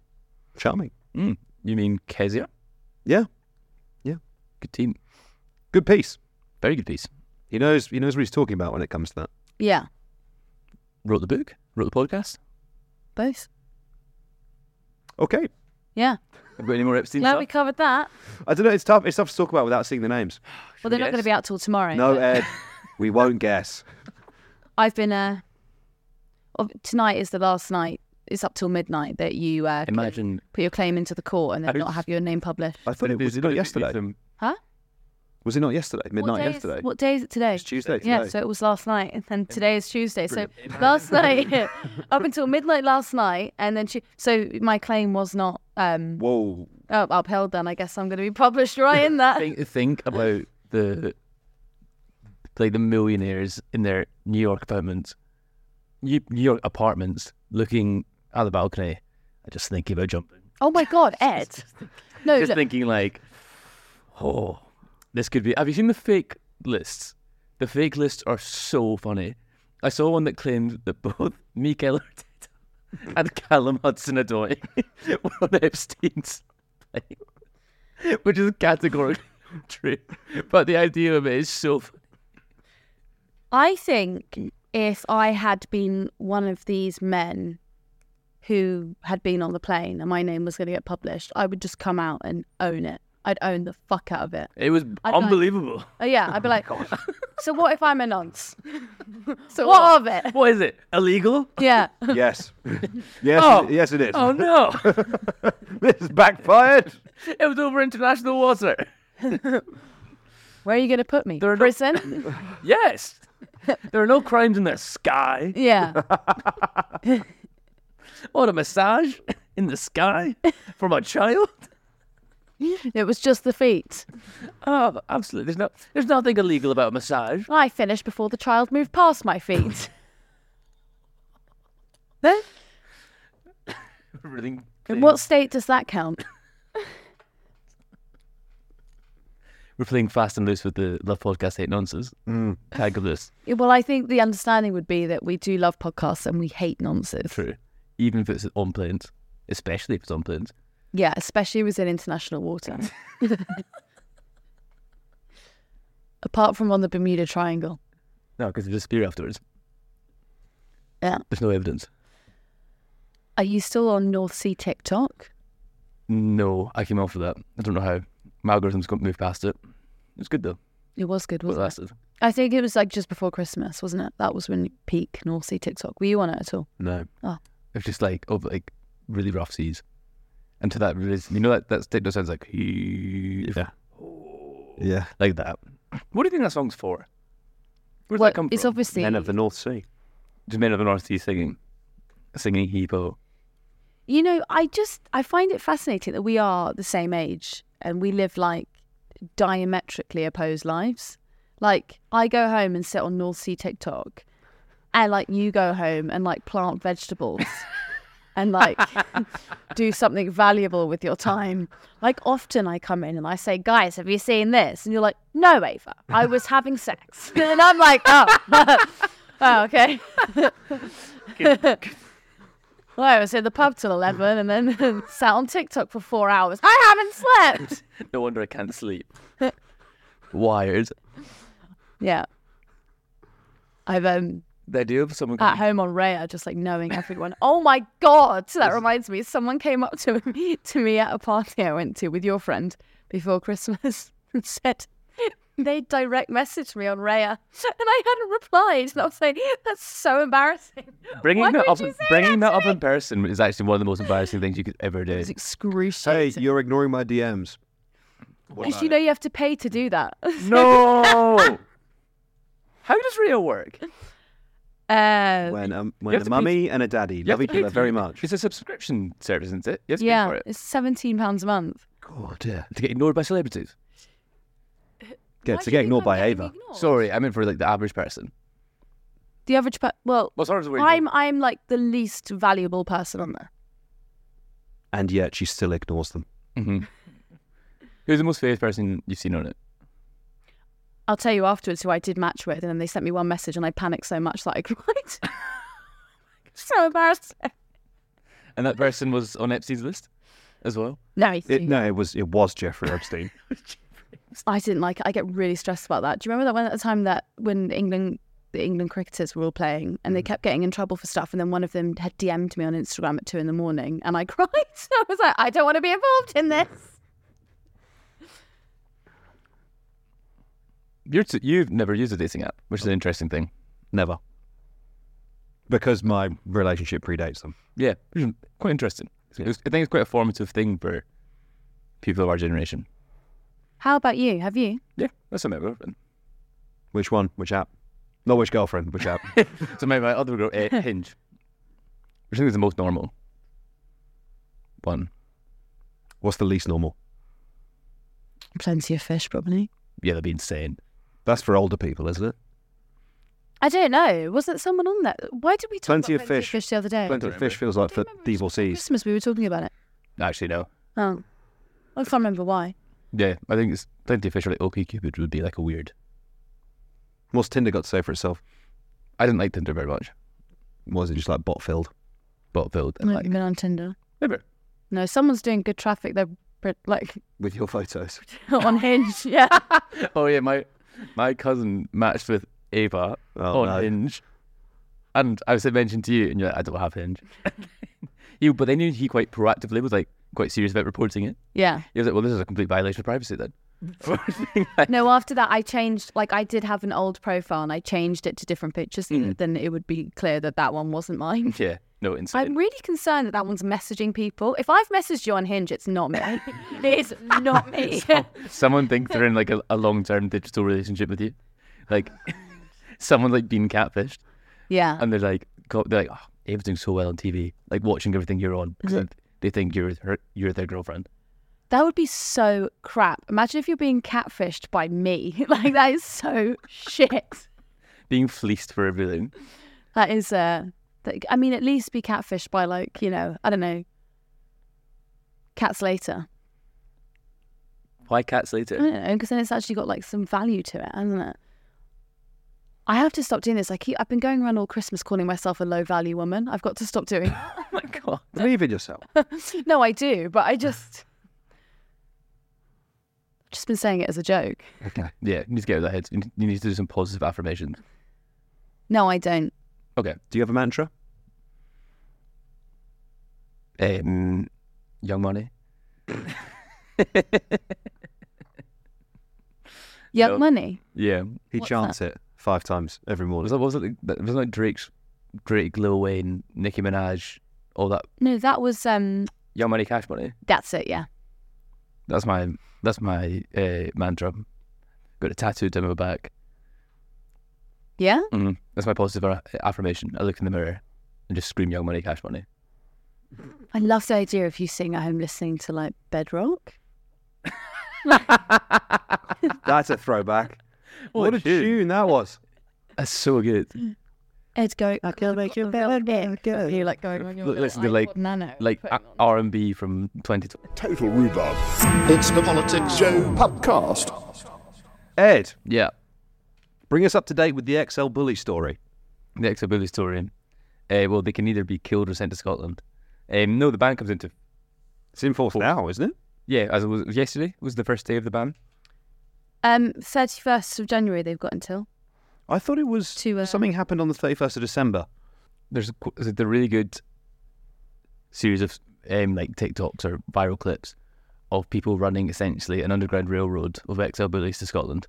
S3: Charming.
S10: Mm. You mean Kezia?
S3: Yeah. Yeah.
S10: Good team.
S3: Good piece.
S10: Very good piece.
S3: He knows. He knows what he's talking about when it comes to that.
S8: Yeah.
S10: Wrote the book. Wrote the podcast.
S8: Both.
S3: Okay.
S8: Yeah.
S10: Have we got any more Epstein
S8: Glad
S10: stuff?
S8: we covered that.
S3: I don't know. It's tough. It's tough to talk about without seeing the names.
S8: Well, they're not going to be out till tomorrow.
S3: No, uh,
S8: but [LAUGHS]
S3: Ed. we won't guess.
S8: I've been. Uh, of- tonight is the last night. It's up till midnight that you uh, can
S10: Imagine.
S8: put your claim into the court and then
S10: I
S8: not
S10: was-
S8: have your name published.
S3: I thought it was it not yesterday.
S8: Huh?
S3: Was it not yesterday? Midnight
S8: day is-
S3: yesterday.
S8: what day is it today? It's
S3: Tuesday
S8: Yeah,
S3: today.
S8: so it was last night, and then today is Tuesday. So [LAUGHS] last night, up until midnight last night, and then she. So my claim was not um,
S3: Whoa.
S8: oh, upheld. Then I guess I'm going to be published right in that.
S10: think, think about the like the millionaires in their New York apartments, New, New York apartments, looking at the balcony. I [LAUGHS] just thinking about jumping.
S8: Oh my God, Ed! No,
S10: just
S8: look,
S10: thinking like, Oh, this could be. Have you seen the fake lists? The fake lists are so funny. I saw one that claimed that both [LAUGHS] Mikel Arteta and Callum Hudson-Odoi [LAUGHS] were [LAUGHS] on Epstein's plane, which is categorically [LAUGHS] true. But the idea of it is so funny.
S8: I think if I had been one of these men who had been on the plane and my name was going to get published, I would just come out and own it. I'd own the fuck out of it.
S10: It was
S8: I'd like-
S10: unbelievable.
S8: Oh, yeah, I'd be like, [LAUGHS] so what if I'm a [LAUGHS] nonce? so what, of it?
S10: What is it? Illegal?
S8: [LAUGHS] Yeah.
S3: Yes. yes,
S10: Oh.
S3: it, yes, it is.
S10: Oh no!
S3: [LAUGHS] this is backfired.
S10: it was over international water.
S8: Where are you going to put me? [LAUGHS] Prison?
S10: Yes. There are no crimes in the sky.
S8: yeah.
S10: [LAUGHS] What a massage in the sky from a child.
S8: It was just the feet.
S10: Oh, absolutely. There's no, there's nothing illegal about massage.
S8: I finished before the child moved past my
S10: [LAUGHS]
S8: feet. [COUGHS] then,
S10: Everything.
S8: in what state does that count?
S10: We're playing fast and loose with the Love Podcast Hate Nonsense. Mm. Tag of this.
S8: Yeah, Well, I think the understanding would be that we do love podcasts and we hate nonsense.
S10: True. Even if it's on planes, especially if it's on planes.
S8: Yeah, especially was in
S10: [LAUGHS]
S8: international water. Apart from on the Bermuda Triangle.
S10: No, because they disappear afterwards.
S8: Yeah.
S10: There's no evidence.
S8: Are you still on North Sea TikTok?
S10: No, I came off of that. I don't know how. My algorithm's got moved past it. It's good though.
S8: It was good,
S10: What
S8: wasn't it?
S10: lasted?
S8: I think it was like just before Christmas, wasn't it? That was when peak North Sea TikTok. Were you on it at all?
S10: No.
S8: Oh.
S10: It was just like over like really rough seas. And to that really, you know that that stick that sounds like yeah.
S3: Yeah.
S10: Like that. What do you think that song's for? Where does
S8: Well,
S10: that come
S8: it's
S10: from?
S8: obviously- Men of the
S10: North Sea. Just men of the North Sea singing. Singing hippo.
S8: You know, I just I find it fascinating that we are the same age and we live like diametrically opposed lives. Like I go home and sit on North Sea TikTok, and like you go home and like plant vegetables. And like, do something valuable with your time. Like, often I come in and I say, Guys, have you seen this? And you're like, No, Ava, I was having sex. [LAUGHS] And I'm like, Oh, [LAUGHS] oh okay. Well, I was in the pub till 11 and then [LAUGHS] sat on TikTok for four hours. I haven't slept.
S10: No wonder I can't sleep. Wired.
S8: [LAUGHS] yeah. I've um
S10: The idea of someone
S8: at home on Raya just like knowing everyone. Oh my god, that reminds me. Someone came up to [LAUGHS] me to me at a party I went to with your friend before Christmas [LAUGHS] and said they direct messaged me on Raya [LAUGHS] and I hadn't replied. And I was like, that's so embarrassing. Why
S10: bringing that
S8: would
S10: up
S8: you say
S10: bringing that,
S8: that to
S10: up
S8: me?
S10: in person is actually one of the most embarrassing things you could ever do.
S8: It's excruciating.
S3: you're ignoring my DMs.
S8: Because you know you have to pay to do that. [LAUGHS] Uh,
S10: No. [LAUGHS] How does Rio work?
S8: Uh,
S3: When um,
S10: You
S3: when
S10: have
S3: a
S10: to pay-
S3: mummy and a daddy
S10: You have
S3: love
S10: to
S3: each
S10: pay
S3: other
S10: to-
S3: very much.
S10: It's a subscription service, isn't it? Yes,
S8: yeah,
S10: for it.
S8: it's seventeen pounds a month.
S3: God, yeah.
S10: To get ignored by celebrities.
S3: Get,
S8: do
S3: to
S8: you
S3: get
S8: think
S3: ignored
S8: I'm
S3: by
S8: getting
S3: Ava.
S8: ignored?
S10: Sorry, I meant for like the average person.
S8: The average, per- well,
S10: Well, sorry, sorry,
S8: I'm I'm like the least valuable person on there.
S3: And yet she still ignores them.
S10: hmm Who's the most famous person you've seen on it?
S8: I'll tell you afterwards who I did match with, and then they sent me one message, and I panicked so much that I [LAUGHS] cried. so embarrassed.
S10: And that person was on Epstein's list as well.
S8: No, you
S3: It,
S8: do.
S3: no, it was it was Jeffrey
S8: [LAUGHS]
S3: Epstein.
S8: I didn't like. it. I get really stressed about that. Do you remember that one at the time that when England, the England cricketers were all playing, and they
S3: Mm.
S8: kept getting in trouble for stuff, and then one of them had DM'd me on Instagram at two in the morning, and I [LAUGHS] cried. I was like, I don't want to be involved in
S3: [LAUGHS]
S8: this.
S10: You're t- you've never used a dating app, which is an interesting thing.
S3: Never. Because my relationship predates them.
S10: Yeah, which is quite interesting. It was- I think it's quite a formative thing for people of our generation.
S8: How about you? Have you?
S10: Yeah, that's how my girlfriend.
S3: Which one? Which app? Not which girlfriend, which app?
S10: [LAUGHS] So my, my other girl, eh, Hinge, which I think is the most normal one.
S3: What's the least normal?
S8: Plenty of fish, probably.
S10: Yeah, that'd be insane.
S3: That's for older people, isn't it?
S8: I don't know. Wasn't someone on that? Why did we talk
S3: Plenty
S8: about
S3: of
S8: plenty
S3: fish.
S8: of fish the other day?
S3: Plenty of fish feels like th- divorcees.
S8: Christmas, we were talking about it.
S10: Actually, no.
S8: Oh, I can't remember why.
S10: Yeah, I think it's Plenty of fish are like OkCupid would be like a weird. Most Tinder got to say for itself. I didn't like Tinder very much.
S3: Was it just like bot filled?
S10: Bot filled.
S8: I've been on Tinder.
S10: Never.
S8: No, someone's doing good traffic. They're pre- like [LAUGHS]
S3: With your photos.
S8: on Hinge. Yeah.
S10: [LAUGHS] Oh yeah, my my cousin matched with Ava on
S3: no.
S10: Hinge, and I was mentioned to you, and you're like, I don't have
S3: [LAUGHS]
S10: Hinge. you, but then he quite proactively was like quite serious about reporting it.
S8: Yeah.
S10: He was like, well, this is a complete violation of privacy then.
S3: [LAUGHS]
S10: [LAUGHS]
S8: no, after that, I changed. Like, I did have an old profile, and I changed it to different pictures.
S3: Hmm.
S8: so that Then it would be clear that that one
S3: [LAUGHS]
S8: wasn't mine.
S10: Yeah, no insight.
S8: I'm really concerned that that one's messaging people. If I've messaged you on Hinge, it's not
S3: [LAUGHS]
S8: me. it's not me.
S10: Someone thinks they're in like a, a long term digital relationship with you, like [LAUGHS] someone like being catfished,
S8: [LAUGHS] yeah.
S10: and they're like co- they're like oh, Ava's doing so well on TV, like watching everything you're on. 'cause
S8: Yeah.
S10: they- They think you're her, you're their girlfriend.
S8: That would be so crap. Imagine if you're being catfished by me. [LAUGHS] like that is so shit.
S10: being fleeced for everything.
S8: That is uh that, I mean at least be catfished by like, you know, I don't know. Cats later.
S10: Why cats
S8: I
S10: later?
S8: don't know, because then it's actually got like some value to it, hasn't it? I have to stop doing this. I keep I've been going around all Christmas calling myself a low value woman. I've got to stop doing [LAUGHS]
S3: Believe in yourself.
S8: No, I do, but I just I've just been saying it as a joke.
S10: Okay. [LAUGHS] Yeah, you need to get out of that head. You need- You need to do some positive affirmations.
S8: No, I don't.
S10: Okay.
S3: Do you have a mantra?
S10: Um, young money.
S8: Young
S10: No.
S8: money.
S10: Yeah.
S3: He
S8: What's
S3: chants it five times every morning.
S10: Was that was it that- wasn't like Drake's Drake, Lil Wayne, Nicki Minaj, all that
S8: No, that was um
S10: Young Money Cash Money?
S8: that's it, yeah.
S10: That's my that's my uh, mantra. Got it tattooed down my back.
S8: Yeah?
S10: Mm, that's my positive a- affirmation. I look in the mirror and just scream Young Money Cash Money.
S8: I love the idea of you sitting at home listening to like bedrock.
S3: That's a throwback. [LAUGHS] what a tune. that was.
S10: That's so good.
S8: Ed going, I can make [LAUGHS] you better. You like going on your
S10: Look,
S8: little
S10: listen to like
S8: iPod Nano.
S10: like R and B from 2012.
S12: Total rhubarb. It's the Politics Show podcast.
S3: Ed,
S10: Yeah,
S3: bring us up to date with the XL bully story.
S10: the ex bully story. Uh, well, they can either be killed or sent to Scotland. Um, no, the ban comes into
S3: It's in force now, isn't it?
S10: yeah. As it was yesterday was the first day of the ban.
S8: Um, thirty first of January they've got until.
S3: I thought it was
S8: To, uh,
S3: something happened on the 31st of December.
S10: There's a, qu- there's a really good series of um, like TikToks or viral clips of people running essentially an underground railroad of XL bullies to Scotland.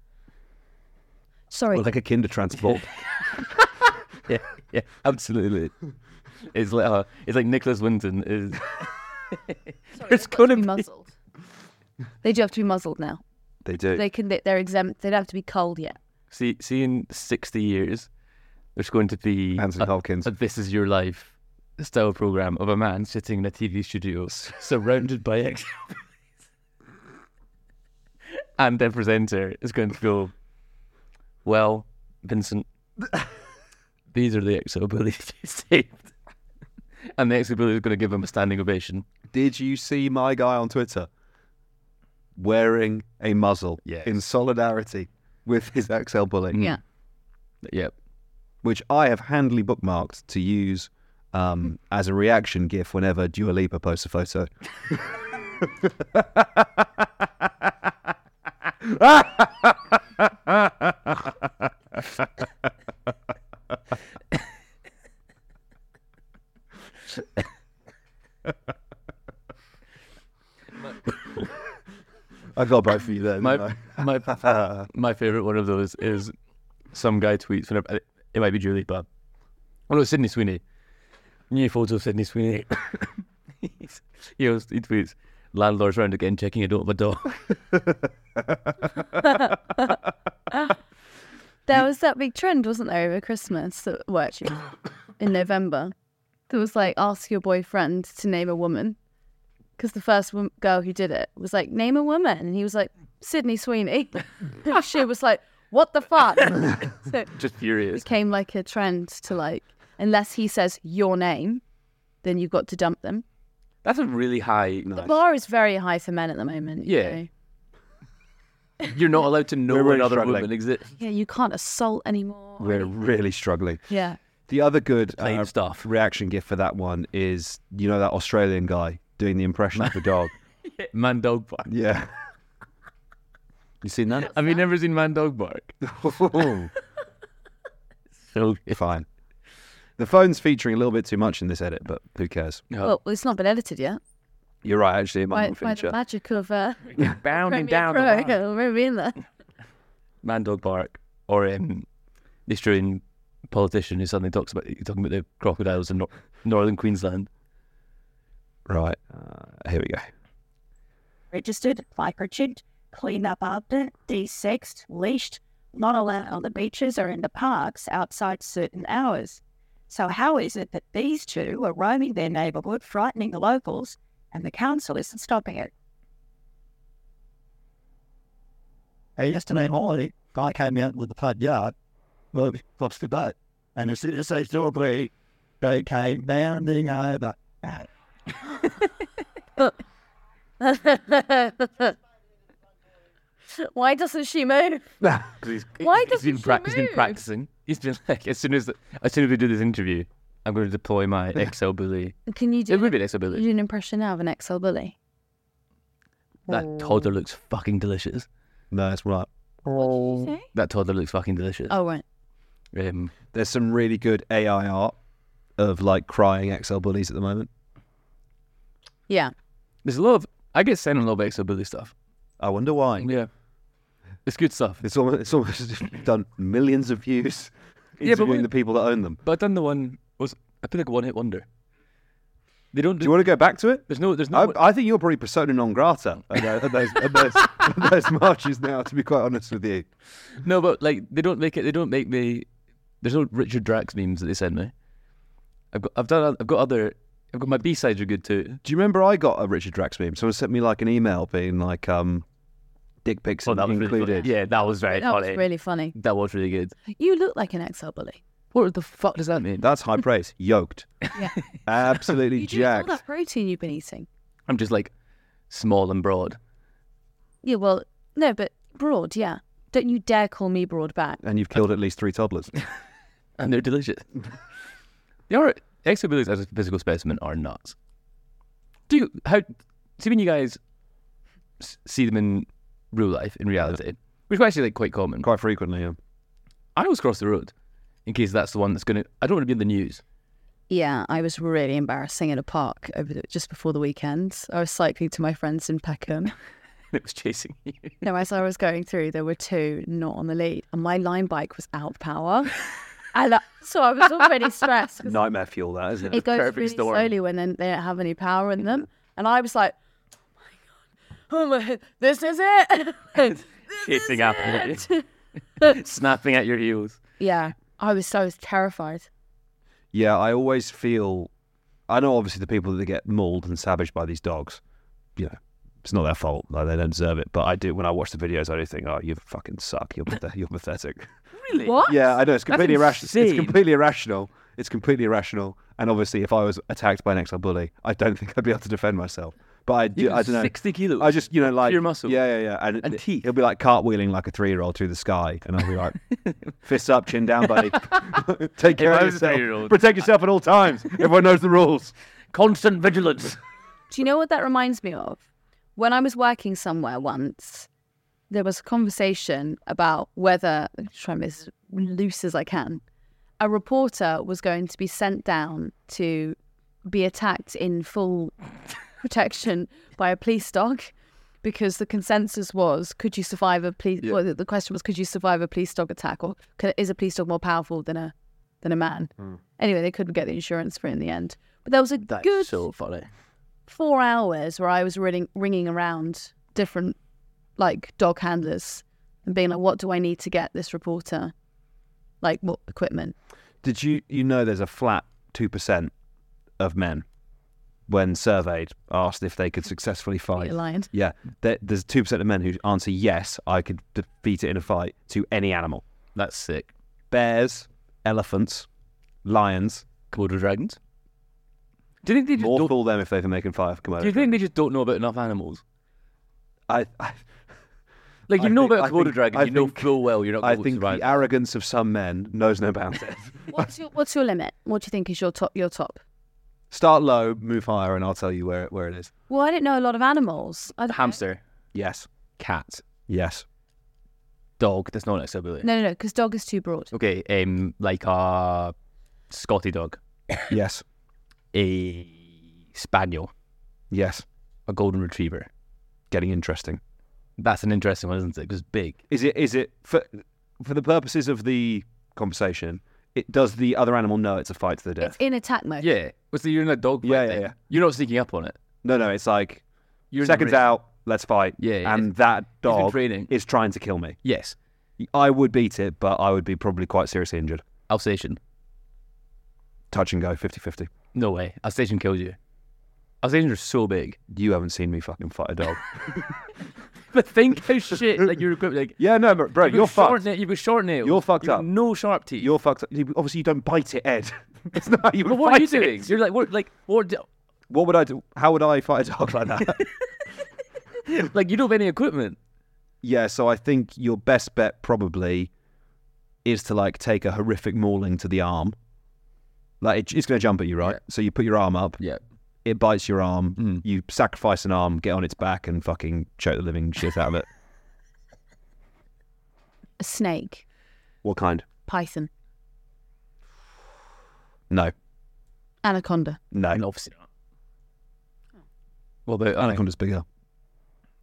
S8: Sorry.
S3: Well, like a kinder [LAUGHS] transport.
S10: Yeah, yeah, absolutely. It's like uh, it's like Nicholas Winton is.
S8: it's going to be muzzled. They do have to be muzzled now.
S3: they do.
S8: They can. They're exempt. They don't have to be culled yet.
S10: See, see, in 60 years, there's going to be
S3: Anthony
S10: a,
S3: Hopkins.
S10: a This Is Your Life style program of a man sitting in a TV
S3: [LAUGHS]
S10: studio surrounded by ex And their presenter is going to go, Well, Vincent, these are the exo bullies you saved. And the exo bully is going to give him a standing ovation.
S3: Did you see my guy on Twitter wearing a muzzle
S10: Yes.
S3: in solidarity with his XL bully?
S8: Yeah.
S10: Yep.
S3: Which I have handily bookmarked to use um, as a reaction gif whenever Dua Lipa posts
S10: [LAUGHS]
S3: a photo. I got both of you there.
S10: My,
S3: didn't
S10: my,
S3: I?
S10: my favorite one of those is some guy tweets whenever it might be Julie, but oh no, Sydney Sweeney. New photo of Sydney Sweeney. [LAUGHS] He's- he, goes- he tweets, landlord's round again checking you don't have a dog.
S8: There was that big trend, wasn't there, over Christmas that
S10: [COUGHS]
S8: worked in November? There was like ask your boyfriend to name a woman because the first wom- girl who did it was like name a woman, and he was like Sydney Sweeney. [LAUGHS] she was like, "What
S10: [LAUGHS]
S8: the fuck?" so it
S10: Just furious.
S8: became like a trend to like, unless he says your name, then you've got to dump them.
S10: That's a really high.
S8: The bar is very high for men at the moment. you
S10: Yeah.
S8: know.
S10: You're not allowed to know
S3: We're really
S10: another
S3: struggling.
S10: woman exists.
S8: Yeah, you can't assault anymore.
S3: [LAUGHS] We're really struggling.
S8: Yeah.
S3: The other good uh, stuff reaction gift for that one is you know that Australian guy doing the
S10: [LAUGHS]
S3: impression of the dog.
S10: Man dog bark.
S3: Yeah. You seen that?
S10: Have you never seen man dog
S3: [LAUGHS]
S10: bark? [LAUGHS]
S3: so fine. The phone's featuring a little bit too much in this edit, but who cares?
S10: Oh.
S8: Well, it's not been edited yet.
S3: You're right. Actually, it might
S8: By,
S3: not
S8: by the
S3: feature.
S8: magic
S10: [LAUGHS]
S8: of uh, [LAUGHS]
S10: Bounding
S8: Premier
S10: down the
S8: Pro,
S10: line.
S8: okay, we're in there.
S10: man dog bark or um, the Australian politician who suddenly talks about talking about the crocodiles in nor- northern Queensland.
S3: Right. Uh, here we go.
S14: registered, placarded, cleaned up after, desexed, leashed, not allowed on the beaches or in the parks outside certain hours. So how is it that these two are roaming their neighbourhood, frightening the locals, and the council isn't stopping it?
S5: Hey, yesterday morning, guy came out with the front yard, well, across the boat, and as soon as they saw me, they came bounding over.
S8: [LAUGHS] Why doesn't she move?
S10: Because he's,
S8: Why
S10: he's
S8: doesn't
S10: been
S8: she
S10: prac- he's been
S8: move?
S10: practicing. He's been [LAUGHS] like, as soon as as soon as we do this interview, I'm going to deploy
S8: [LAUGHS]
S10: my Excel bully.
S8: Can you do?
S10: It would be an Excel
S8: you
S10: bully.
S8: do an impression now of an XL bully.
S10: That toddler looks fucking delicious.
S3: No, that's right.
S8: Oh.
S10: That toddler looks fucking delicious.
S8: Oh right.
S10: Um,
S3: There's some really good AI art of like crying XL bullies at the moment.
S8: Yeah.
S10: There's a lot of I get sent a lot of Excel bully stuff.
S3: I wonder why.
S10: Yeah. It's good stuff.
S3: It's almost, it's almost done millions of views
S10: [LAUGHS] Yeah, but
S3: interviewing
S10: we-
S3: the people that own them.
S10: But I've done the one was I feel like a one hit wonder. They don't. Do,
S3: you want to go back to it?
S10: There's no. There's
S3: no. I, I think you're probably persona non grata uh, at, tho- at those, at those, at
S10: [LAUGHS]
S3: those marches now. To be quite honest with you,
S10: No, but like they don't make it. They don't make me. There's no Richard Drax memes that they send me. I've got. I've done. I've got other. I've got my B sides are good too.
S3: do you remember I got a Richard Drax meme? Someone sent me like an email being like, um, "Dick pics included."
S10: yeah, Oh, that was very
S8: That was
S10: funny.
S8: really funny.
S10: That was really good.
S8: You look like an XL bully.
S10: What the fuck does that mean?
S3: That's high praise. [LAUGHS] Yoked.
S8: Yeah.
S3: Absolutely
S8: [LAUGHS] you do with
S3: jacked.
S8: all that protein you've been eating.
S10: I'm just like small and broad.
S8: Yeah. Well, no, but broad. Yeah. Don't you dare call me broad back.
S3: And you've killed at least three
S8: [LAUGHS]
S3: toddlers.
S10: and they're [LAUGHS] delicious. They are exobilities as a physical specimen are nuts. Do you how see when you guys s- see them in real life in reality, which is actually like quite common,
S3: quite frequently. Yeah.
S10: I always cross the road in case that's the one that's going to. I don't want to be in the news.
S8: Yeah, I was really embarrassing at a park over the, just before the weekend. I was cycling to my friends in
S10: [LAUGHS]
S8: Peckham.
S10: It was chasing [LAUGHS] you.
S8: No, as I was going through, there were two not on the lead, and my line bike was out of power.
S10: [LAUGHS]
S8: and uh, so I was already stressed. 'cause
S3: Nightmare fuel, that isn't it?
S8: It goes really slowly when then they don't have any power in them. And I was like, oh my God, oh my, this is it. [LAUGHS]
S10: [LAUGHS] Chasing after you, snapping at your heels.
S8: yeah, I was so terrified.
S3: Yeah, I always feel. I know obviously the people that get mauled and savaged by these dogs. You know, it's not their fault. Like they don't deserve it. But I do. When I watch the videos, I do think, oh, you fucking suck. You're pathet- you're pathetic. [LAUGHS]
S10: Really?
S8: What?
S3: Yeah, I know. It's completely irrational. It's
S10: insane.
S3: completely irrational. It's completely irrational. And obviously, if I was attacked by an XL bully, I don't think I'd be able to defend myself. But I do.
S10: You've
S3: I
S10: got
S3: don't know.
S10: 60 kilos.
S3: I just you know like
S10: Pure muscle.
S3: Yeah, yeah, yeah. And,
S10: And
S3: it-
S10: teeth.
S3: He'll be like cartwheeling like a three-year-old through the sky, and I'll
S10: [LAUGHS]
S3: be like, fists up, chin down, buddy. [LAUGHS] Take care
S10: I
S3: of
S10: was a
S3: yourself.
S10: three-year-old.
S3: Protect yourself at
S10: [LAUGHS]
S3: all times. Everyone knows the rules.
S10: Constant vigilance.
S8: Do you know what that reminds me of? When I was working somewhere once, there was a conversation about whether, I'm trying to make this as loose as I can, a reporter was going to be sent down to be attacked in full protection by a police dog because the consensus was could you survive a police well, the- the question was could you survive a police dog attack or could, is a police dog more powerful than a than a man anyway they couldn't get the insurance for it in the end but there was a
S10: Hmm. That's
S8: good
S10: so funny.
S8: four hours where I was ringing, ringing around different like dog handlers and being like, what do I need to get this reporter? Like what equipment?
S3: Did you you know there's a flat two percent of men when surveyed asked if they could successfully fight
S10: [LAUGHS]
S8: a lion.
S3: [LAUGHS] Yeah, there, there's two percent of men who answer yes, I could defeat it in a fight to any animal.
S10: That's sick.
S3: Bears, elephants, lions,
S10: Komodo dragons. Do you think they just
S3: more fool them if they can make them fire for Komodo?
S10: Do you think they just don't know about enough animals?
S3: I, I
S10: Like, you
S3: I
S10: know
S3: think-
S10: about
S3: I
S10: Komodo
S3: think-
S10: dragon,
S3: I
S10: you know
S3: think-
S10: full well you're not
S3: I
S10: going to
S3: think
S10: survive.
S3: the arrogance of some men knows no bounds.
S10: [LAUGHS]
S8: What's your What's your limit? What do you think is your top? Your top?
S3: Start low, move higher, and I'll tell you where where it is.
S8: Well, I don't know a lot of animals. I don't know.
S10: Hamster.
S3: Yes.
S10: Cat.
S3: Yes.
S10: Dog. That's not an accessibility.
S8: No, no, no, because dog is too broad.
S10: Okay, um, like a Scotty dog.
S3: Yes.
S10: A spaniel.
S3: Yes.
S10: A golden retriever.
S3: Getting interesting.
S10: That's an interesting one, isn't it? Because big.
S3: Is it is it for for the purposes of the conversation? It does the other animal know it's a fight to the death?
S8: It's in attack mode.
S10: Yeah. What's the you're in a dog? Yeah, yeah, yeah. You're not sneaking up on it.
S3: no, no. It's like
S10: You're in the
S3: seconds
S10: race.
S3: out. Let's fight.
S10: Yeah, yeah.
S3: And that
S10: been
S3: dog
S10: training.
S3: is trying to kill me.
S10: Yes.
S3: I would beat it, but I would be probably quite seriously injured.
S10: Alsatian.
S3: Touch and go, 50-50.
S10: No way. Alsatian kills you. Alsatians are so big.
S3: You haven't seen me fucking fight a dog.
S10: [LAUGHS] But think how shit like you're equipped like
S3: yeah, no, but bro,
S10: you've got
S3: you're
S10: short
S3: fucked.
S10: na- you've got short nails.
S3: You're fucked
S10: you've got
S3: up.
S10: No sharp teeth.
S3: You're fucked up. You- Obviously, you don't bite it, Ed. [LAUGHS] That's not how you would
S10: Well, what are you
S3: fight it.
S10: doing? You're like what like what do-
S3: What would I do? How would I fight a dog like that?
S10: [LAUGHS]
S3: [LAUGHS]
S10: like you don't have any equipment.
S3: yeah, so I think your best bet probably is to like take a horrific mauling to the arm. Like it, it's going to jump at you, right? So you put your arm up.
S10: Yeah. Mm.
S3: It bites your arm. You sacrifice an arm, get on its back, and fucking choke the living
S10: [LAUGHS]
S3: shit out of it.
S8: A snake,
S3: What kind?
S8: python,
S3: No,
S8: anaconda.
S3: no. Oh.
S10: And obviously not. What about
S3: Anaconda's bigger.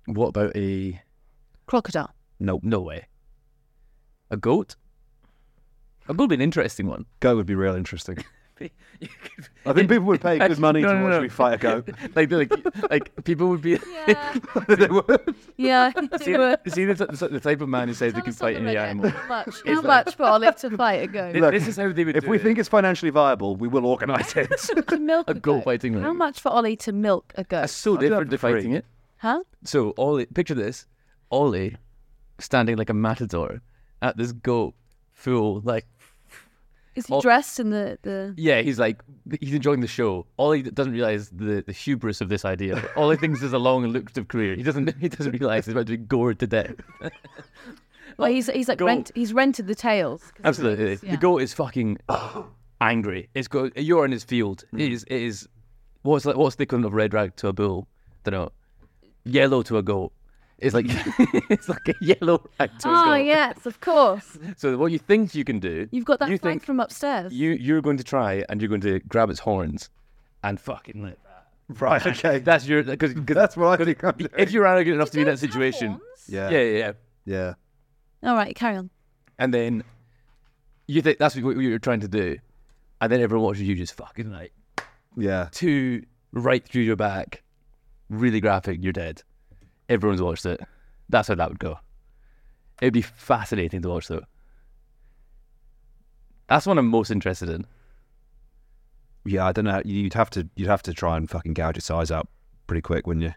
S10: What about a
S8: Crocodile.
S3: Nope.
S10: no way? A goat? A goat would be an interesting one.
S3: Go would be
S10: [LAUGHS]
S3: real interesting. I think people would pay good money
S10: No,
S3: to
S10: no,
S3: watch
S10: no.
S3: me fight a goat.
S10: [LAUGHS] like, like, like people would
S3: [LAUGHS]
S10: be. [LAUGHS]
S8: Yeah.
S3: They would.
S8: [LAUGHS] Yeah.
S10: See, the, see the, the, the type of man who says they can fight any animal.
S8: much,
S10: It's
S8: how
S10: like-
S8: much for Olive to fight a goat?
S10: Th- this is how they would
S3: If
S10: do
S3: we
S10: it.
S3: think it's financially viable, we will organise
S10: [LAUGHS]
S3: it.
S8: to milk
S10: a goat fighting
S8: How
S10: like
S8: much for Ollie to milk a goat?
S10: that's so different to fighting it.
S8: Huh?
S10: So Ollie, picture this: Ollie standing like a matador at this goat, full like
S8: Is he
S10: Ol-
S8: dressed in the, the
S10: Yeah, he's like he's enjoying the show. Ollie doesn't realize the, the hubris of this idea. Ollie thinks it's a long and lucrative career. He doesn't he doesn't realize he's about to be gored to death.
S8: Well, he's he's like
S10: Goat.
S8: rent, he's rented the tails.
S10: Absolutely, the goat is fucking [COUGHS] angry. It's go you're in his field.
S3: Mm.
S10: It is it is what's like what's the equivalent of red rag to a bull? Don't know. Yellow to a goat. It's
S8: [LAUGHS]
S10: like [LAUGHS] it's like a yellow rag to a
S8: Oh
S10: goat.
S8: yes, of course.
S10: [LAUGHS] So what you think you can do?
S8: You've got that
S10: you
S8: flag
S10: think
S8: from upstairs.
S10: you you're going to try and you're going to grab its horns and fucking let
S3: right, okay.
S10: That's your because
S3: That's what I think I'm doing.
S10: if you're arrogant enough to be in that situation,
S3: yeah.
S10: yeah, yeah, yeah,
S3: Yeah.
S8: All right, carry on.
S10: and then you think that's what you're trying to do, and then everyone watches you just fucking like
S3: Yeah.
S10: two right through your back, really graphic. You're dead. Everyone's watched it. That's how that would go. It'd be fascinating to watch though. That's one I'm most interested in.
S3: Yeah, I don't know. You'd have to you'd have to try and fucking gouge its eyes out pretty quick, wouldn't you?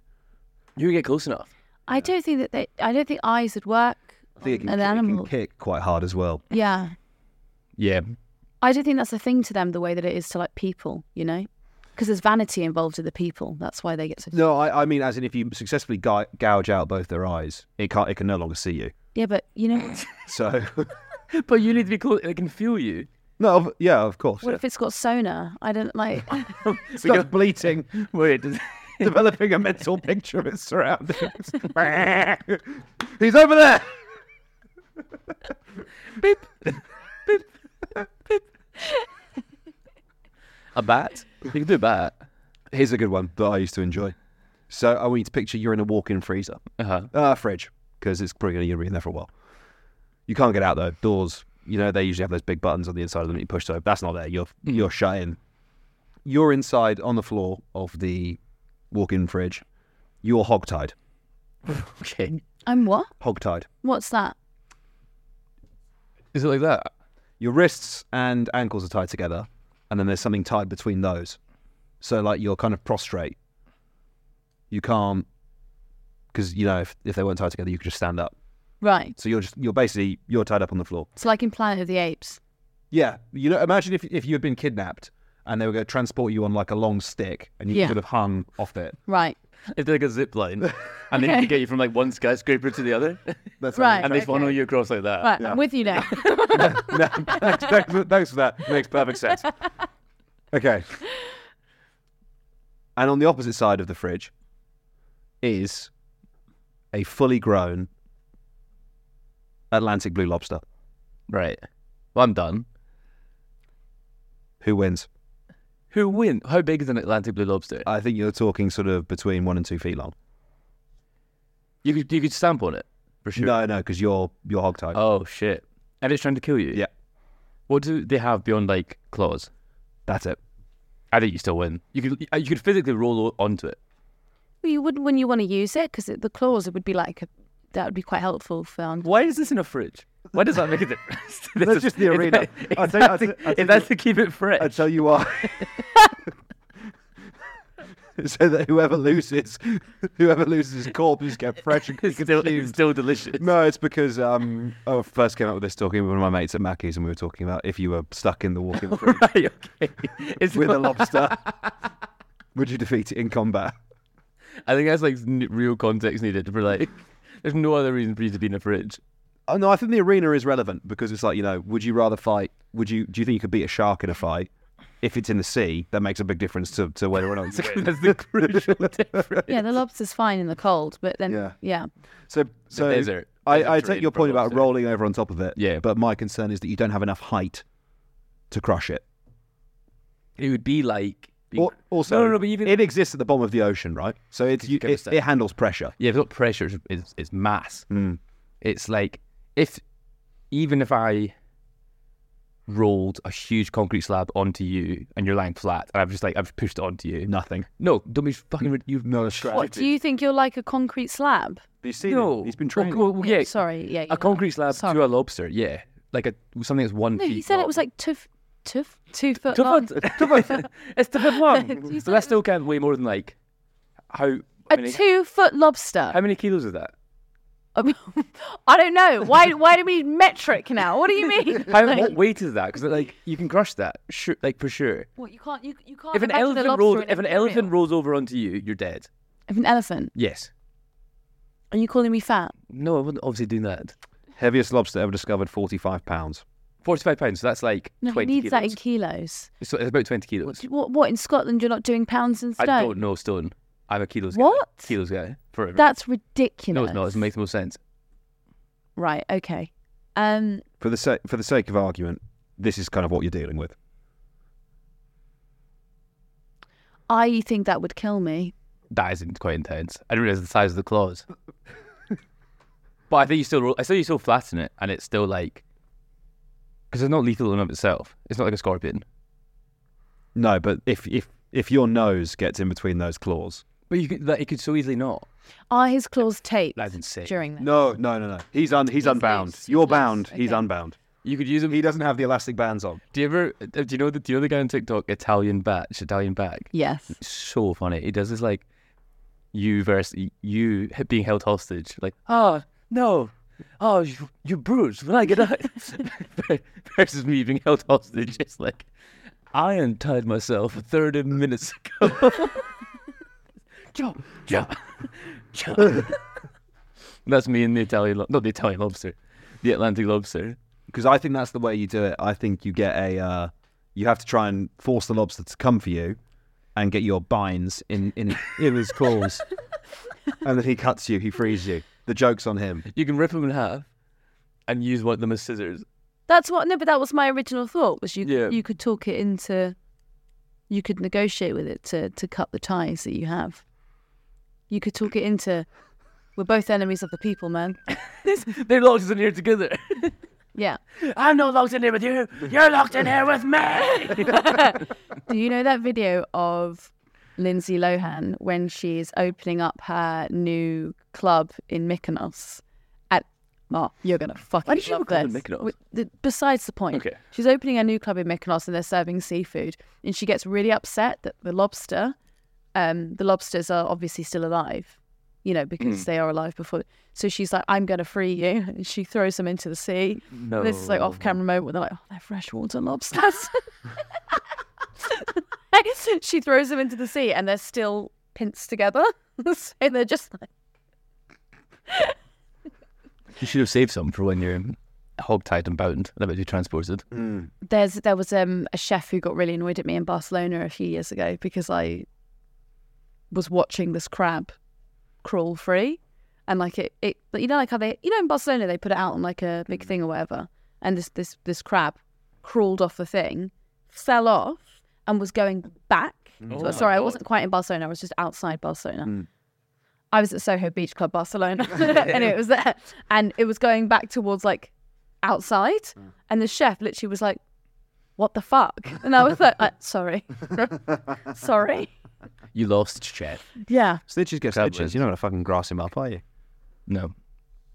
S10: You get close enough.
S8: I don't think that they, I don't think eyes would work
S3: I think it can,
S8: on an
S3: kick- it can
S8: animal.
S3: kick quite hard as well.
S8: Yeah,
S10: Yeah,
S8: I don't think that's a thing to them the way that it is to like people. You know, because there's vanity involved in the people. That's why they get so.
S3: No, I, I mean as in if you successfully gou- gouge out both their eyes, it can't it can no longer see you. [LAUGHS]
S8: Yeah, but you
S10: [LAUGHS]
S8: know, what-
S3: So [LAUGHS]
S10: but you need to be close. It can feel you.
S3: No, of- yeah, of course.
S8: what if it's got sonar? I
S3: [LAUGHS]
S8: don't like.
S3: Starts [LAUGHS] bleating,
S10: Wait, does-
S3: developing a mental picture of its surroundings. [LAUGHS] He's over [LAUGHS] there.
S10: A bat? You can do a bat.
S3: Here's a good one that I used to enjoy. So I want you to picture you're in a walk-in freezer,
S10: Uh-huh.
S3: uh, fridge, because it's probably going to be in there for a while. You can't get out though. Doors, you know, they usually have those big buttons on the inside of them that you push. So that's not there. You're
S8: Hmm.
S3: you're shut in. You're inside on the floor of the walk-in fridge. You're hogtied.
S10: Okay.
S8: I'm what?
S3: Hogtied.
S8: What's that?
S10: Is it like that?
S3: Your wrists and ankles are tied together, and then there's something tied between those. So like you're kind of prostrate. You can't, because you know if, if they weren't tied together, you could just stand up.
S8: Right.
S3: So you're just you're basically you're tied up on the floor.
S8: It's like in Planet of the Apes.
S3: Yeah, you know, imagine if if you had been kidnapped and they were going to transport you on like a long stick and you
S8: Yeah.
S3: could have hung off it.
S8: Right.
S10: It's like a zip
S3: [LAUGHS]
S10: line, and they
S8: Okay.
S10: can get you from like one skyscraper to the other. That's
S8: how Right,
S10: And they
S8: okay.
S10: funnel you across like that.
S8: Right, I'm with
S3: [LAUGHS]
S8: you now.
S3: thanks, thanks- thanks for that. Makes perfect
S8: [LAUGHS]
S3: sense. Okay. And on the opposite side of the fridge is a fully grown Atlantic blue lobster.
S10: Right. Well, I'm done.
S3: Who wins?
S10: Who win? How big is an Atlantic blue lobster?
S3: I think you're talking sort of between one and two feet long.
S10: You could you could stamp on it for sure.
S3: No, no, because you're you're hog tied.
S10: Oh shit! And it's trying to kill you.
S3: Yeah.
S10: What do they have beyond like claws?
S3: That's it.
S10: I think you still win. You could you could physically roll o- onto it.
S8: Well, you wouldn't when you want to use it because the claws it would be like a, that would be quite helpful for. un-
S10: Why is this in a fridge? Why does that make a difference? This
S3: That's
S10: is-
S3: just the
S10: it's
S3: arena.
S10: like-
S3: I'll tell you- I'll tell- I'll
S10: Exactly.
S3: tell
S10: If that's
S3: you-
S10: to keep it fresh.
S3: I tell you what.
S10: [LAUGHS]
S3: so that whoever loses, whoever loses, corpse is kept fresh and
S10: still, [LAUGHS] it's still delicious.
S3: No, it's because um, I first came up with this talking with one of my mates at Mackey's, and we were talking about if you were stuck in
S10: [LAUGHS]
S3: the walking fridge
S10: right, okay. It's
S3: with
S10: [LAUGHS]
S3: a lobster, would you defeat it in combat?
S10: I think that's like n- real context needed for [LAUGHS] like. There's no other reason for you to be in a fridge.
S3: Oh no, I think the arena is relevant because it's like you know, would you rather fight? Would you? Do you think you could beat a shark in a fight? If it's in the sea, that makes a big difference to, to whether or not you win.
S10: That's the crucial difference.
S8: Yeah, the lobster's fine in the cold, but then
S3: Yeah.
S8: yeah,
S3: So, so
S10: desert. Desert
S3: I, I
S10: terrain
S3: take your
S10: for
S3: point about
S10: lobster.
S3: rolling over on top of it.
S10: Yeah.
S3: But my concern is that you don't have enough height to crush it.
S10: It would be like. being-
S3: Or, also,
S10: no, no, but even-
S3: it exists at the bottom of the ocean, right? So it's,
S10: Could you
S3: you,
S10: give
S3: it,
S10: us that?
S3: it handles pressure.
S10: yeah, it's not pressure, it's, it's, it's mass.
S3: Hmm.
S10: It's like if even if I rolled a huge concrete slab onto you and you're lying flat and I've just like I've pushed it onto you.
S3: Nothing.
S10: No, don't be fucking you've no
S8: What do you think you're like a concrete slab?
S3: You see,
S10: No.
S3: he's been training.
S10: Well, well, yeah,
S8: Sorry, yeah.
S10: a
S8: you're
S10: concrete slab
S8: Sorry.
S10: to a lobster, yeah. Like a something that's one
S8: right. No,
S10: feet.
S8: he said it was like two, f- two, f- two foot
S10: Two
S8: long.
S10: foot- two foot- it's the fifth one.
S8: [LAUGHS] You
S10: but that still can't weigh more than like how
S8: A
S10: many,
S8: two foot lobster.
S10: how many kilos is that?
S8: Um, [LAUGHS] I don't know. Why? Why do we metric now? What do you mean?
S10: How,
S8: [LAUGHS] Like,
S10: what weight is that? Because like you can crush that, sure, like for sure.
S8: what, you can't. You, you can't.
S10: If an
S8: imagine a
S10: elephant
S8: lobster
S10: rolls,
S8: in
S10: if an
S8: aquarium.
S10: elephant rolls over onto you, you're dead.
S8: if an elephant,
S10: Yes.
S8: are you calling me fat?
S10: No, I wouldn't obviously do that.
S3: Heaviest lobster ever discovered, 45 pounds.
S10: Forty-five pounds. So that's like
S8: No, he
S10: twenty
S8: needs
S10: kilos.
S8: that in kilos.
S10: It's, it's about twenty kilos.
S8: What? What in Scotland? You're not doing pounds and
S10: I
S8: stone.
S10: don't know stone. I'm a kilos. guy.
S8: What?
S10: Kilos guy forever.
S8: That's ridiculous.
S10: no, it's not. It makes the most sense.
S8: Right. Okay. Um.
S3: For the, sa- for the sake of argument, this is kind of what you're dealing with.
S8: I think that would kill me.
S10: That isn't quite intense. I didn't realize the size of the claws. but I think you still, roll, I still you still flatten it, and it's still like because it's not lethal in and of itself. It's not like a scorpion.
S3: No, but if, if, if your nose gets in between those claws.
S10: But you could, that, it could so easily not.
S8: Are his claws taped
S10: That's insane.
S8: during this?
S3: No, no, no, no. He's, un- he's, unbound.
S8: loose.
S3: You're
S8: He's loose.
S3: bound. He's
S8: Okay.
S3: unbound.
S10: You could use them.
S3: He doesn't have the elastic bands on.
S10: Do you ever? uh, Do you know the? Do you know the guy on TikTok, Italian Batch, Italian Bag?
S8: Yes.
S10: So funny. He does this like you versus you being held hostage. Like, oh no, oh you, you bruised when I get [LAUGHS] out. versus me being held hostage. It's like I untied myself thirty minutes ago. [LAUGHS] jump, jump, jump. [LAUGHS] That's me and the Italian, lo- not the Italian lobster, the Atlantic lobster.
S3: because I think that's the way you do it. I think you get a, uh, you have to try and force the lobster to come for you, and get your binds in in, in his
S8: [LAUGHS]
S3: claws, and then he cuts you, he frees you. The joke's on him.
S10: You can rip them in half and use one of them as scissors.
S8: That's what. No, but that was my original thought. Was you?
S10: Yeah.
S8: You could talk it into. You could negotiate with it to to cut the ties that you have. You could talk it into. We're both enemies of the people, man.
S10: [LAUGHS] They're locked in here together.
S8: [LAUGHS] Yeah.
S10: [LAUGHS] I'm not locked in here with you. You're locked in here with me.
S8: [LAUGHS] Do you know that video of Lindsay Lohan when she's opening up her new club in Mykonos? At oh, you're gonna fucking
S10: Why does she have a
S8: love
S10: club in
S8: this.
S10: Mykonos?
S8: Wi- the- Besides the point,
S10: Okay.
S8: she's opening a new club in Mykonos and they're serving seafood, and she gets really upset that the lobster, um, the lobsters are obviously still alive, you know,
S10: Hmm.
S8: because they are alive before. So she's like, "I'm gonna free you," [LAUGHS] and she throws them into the sea.
S10: No.
S8: This is like off camera moment where they're like, oh, they're
S10: [LAUGHS]
S8: freshwater [LAUGHS] lobsters. she throws them into the sea and they're still pints together. [LAUGHS] so they're just like,
S10: You should have saved some for when you're hog-tied and bound and about to be transported.
S3: Mm.
S8: there's there was um, a chef who got really annoyed at me in Barcelona a few years ago because I was watching this crab crawl free, and like it, it but you know like how they you know in Barcelona they put it out on like a big thing or whatever, and this this this crab crawled off the thing, fell off, and was going back.
S15: Mm.
S8: So-
S15: Oh my
S8: sorry, I
S15: God.
S8: wasn't quite in Barcelona. I was just outside Barcelona.
S15: Mm.
S8: I was at Soho Beach Club Barcelona, [LAUGHS] and it was there, and it was going back towards like outside, and the chef literally was like, "What the fuck?" And I was like, uh, "Sorry, [LAUGHS] sorry."
S10: You lost, chef.
S8: Yeah.
S10: Stitches get stitches. You're not gonna fucking grass him up, are you? No.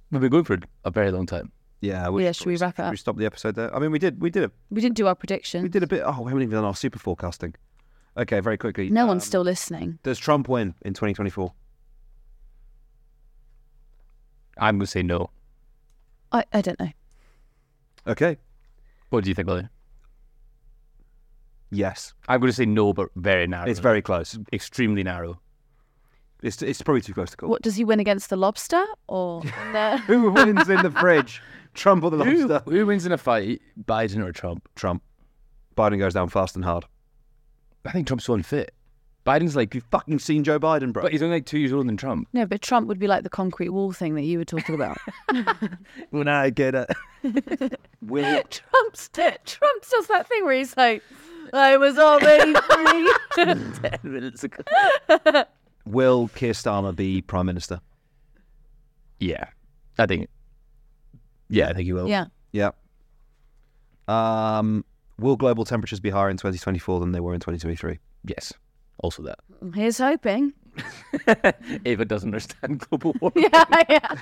S10: We've been going for a very long time.
S3: Yeah.
S8: Yeah, should we wrap it
S3: should
S8: up?
S3: we stop the episode there? I mean, we did. We did a
S8: We didn't do our prediction.
S3: We did a bit. Oh, we haven't even done our super forecasting. Okay, very quickly.
S8: No one's still listening.
S3: Does Trump win in 2024?
S10: I'm gonna say no.
S8: I, I don't know.
S3: Okay.
S10: What do you think, Lily?
S3: Yes.
S10: I'm gonna say no, but very narrow.
S3: It's very close.
S10: Extremely narrow.
S3: It's it's probably too close to call.
S8: What does he win against the lobster or no?
S3: Who wins in the
S10: [LAUGHS]
S3: fridge? Trump or the
S10: lobster? Who, wins in a fight, Biden or Trump?
S3: Trump. Biden goes down fast and hard.
S10: I think Trump's so unfit. Biden's like you've
S3: fucking seen Joe Biden, bro.
S10: But he's only like two years older than Trump.
S8: [LAUGHS] No, but Trump would be like the concrete wall thing that you were talking about.
S10: When I get [LAUGHS] it,
S3: will
S8: Trump's Trump does that thing where he's like, "I was already free."
S10: ten minutes ago.
S3: will Keir Starmer be prime minister?
S10: Yeah, I think. Yeah, I think he will.
S8: [LAUGHS] Yeah.
S3: Yeah. Um, will global temperatures be higher in 2024 than they were in 2023?
S10: Yes. Also
S3: [LAUGHS]
S10: that.
S8: Here's hoping.
S10: Ava doesn't understand global warming.
S8: [LAUGHS] Yeah, yeah.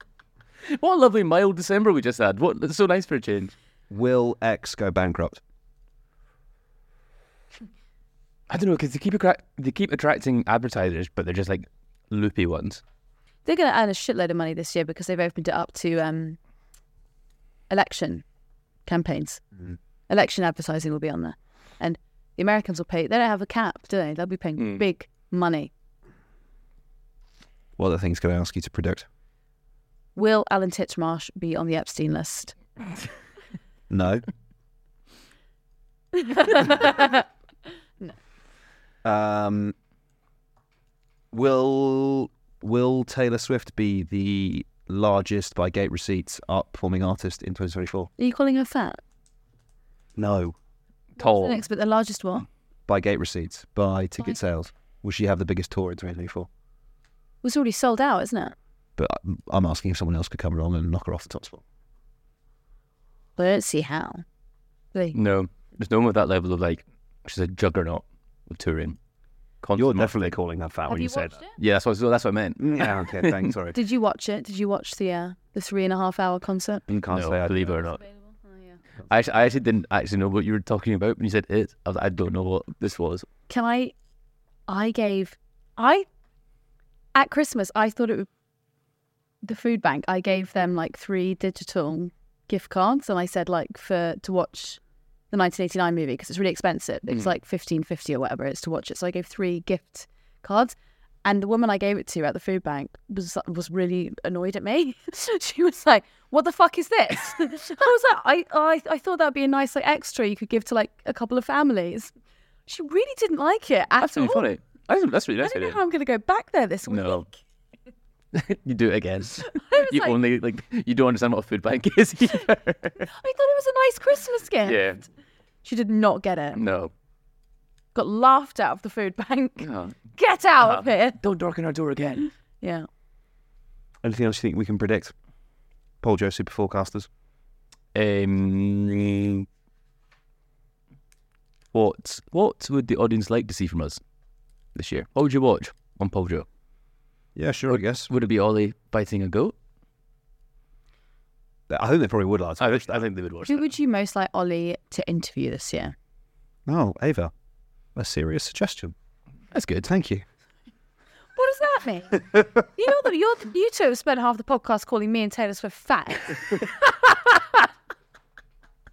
S10: [LAUGHS] What a lovely mild December we just had. What it's so nice for a change.
S3: Will X go bankrupt?
S10: I don't know because they keep attra- they keep attracting advertisers, but they're just like loopy ones.
S8: They're going to earn a shitload of money this year because they've opened it up to um, election campaigns. Election advertising will be on there, and the Americans will pay. They don't have a cap, do they? They'll be paying
S3: Mm.
S8: big money.
S3: What other things can I ask you to predict?
S8: Will Alan Titchmarsh be on the Epstein list?
S10: [LAUGHS]
S3: No. Um, will Will Taylor Swift be the largest by gate receipts art performing artist in 2024?
S8: Are you calling her fat?
S3: No.
S8: The
S3: Tall
S8: next, but the largest one
S3: by gate receipts by ticket sales. Will she have the biggest tour in 2024?
S8: was already sold out, isn't it?
S3: But I'm- I'm asking if someone else could come along and knock her off the top spot.
S8: But I don't see how. They-
S10: No, there's no one with that level of like she's a juggernaut with touring. You're
S3: definitely calling her fat
S8: Have you watched it?
S10: Yeah, that's what, that's what I
S3: [LAUGHS]
S10: meant.
S3: Yeah, Ah, okay, thanks, sorry.
S8: Did you watch it? Did you watch the uh, the three and a half hour concert?
S3: You can't
S10: no,
S3: say I
S10: believe it or not. [LAUGHS]
S8: Oh,
S10: I actually, I actually didn't actually know what you were talking about when you said it. I, was, like, I don't know what this was.
S8: Can I? I gave I at Christmas. I thought it would the food bank. I gave them like three digital gift cards, and I said like for to watch the 1989 movie because it's really expensive. It's
S15: Mm.
S8: like 15.50 or whatever it is to watch it. So I gave three gift cards. And the woman I gave it to at the food bank was was really annoyed at me. [LAUGHS] she was like, "What the fuck is this?" [LAUGHS] I was like, "I I, I thought that'd be a nice like extra you could give to like a couple of families." She really didn't like it at
S10: That's really
S8: all.
S10: funny. That's, that's really
S8: I
S10: nice.
S8: don't know
S10: idea.
S8: how I'm going to go back there this week. [LAUGHS]
S10: No. [LAUGHS] you do it again.
S8: was
S10: you
S8: like-
S10: only like you don't understand what a food bank is [LAUGHS] either.
S8: I "Oh, thought it was a nice Christmas gift.
S10: yeah.
S8: She did not get it.
S10: No.
S8: Got laughed out of the food bank.
S10: No.
S8: [LAUGHS]
S10: Uh-huh.
S8: Get out of here.
S10: Don't darken our door again.
S8: Yeah.
S3: Anything else you think we can predict? Paul Joe, super forecasters.
S10: Um, what what would the audience like to see from us this year? What would you watch on Paul Joe?
S3: Yeah, sure, I guess.
S10: Would it be Ollie biting a goat?
S3: I think they probably would like.
S10: I, I think they would watch.
S8: Who would you most like Ollie to interview this year?
S3: No, Ava, a serious suggestion.
S10: That's good.
S3: Thank you.
S8: What does that
S10: [LAUGHS]
S8: mean? you know that you're, you two have spent half the podcast calling me and Taylor Swift
S10: [LAUGHS]
S8: fat.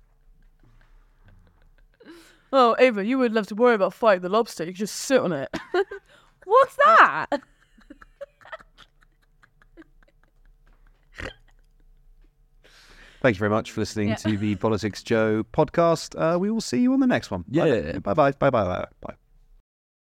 S8: [LAUGHS] oh, Ava, you would love to worry about fighting the lobster. You could just sit on it.
S15: What's that?
S8: [LAUGHS]
S3: Thank you very much for listening
S15: Yeah.
S3: to the Politics Joe podcast. Uh, we will see you on the next one.
S10: Yeah.
S3: Bye bye. Bye bye. Bye.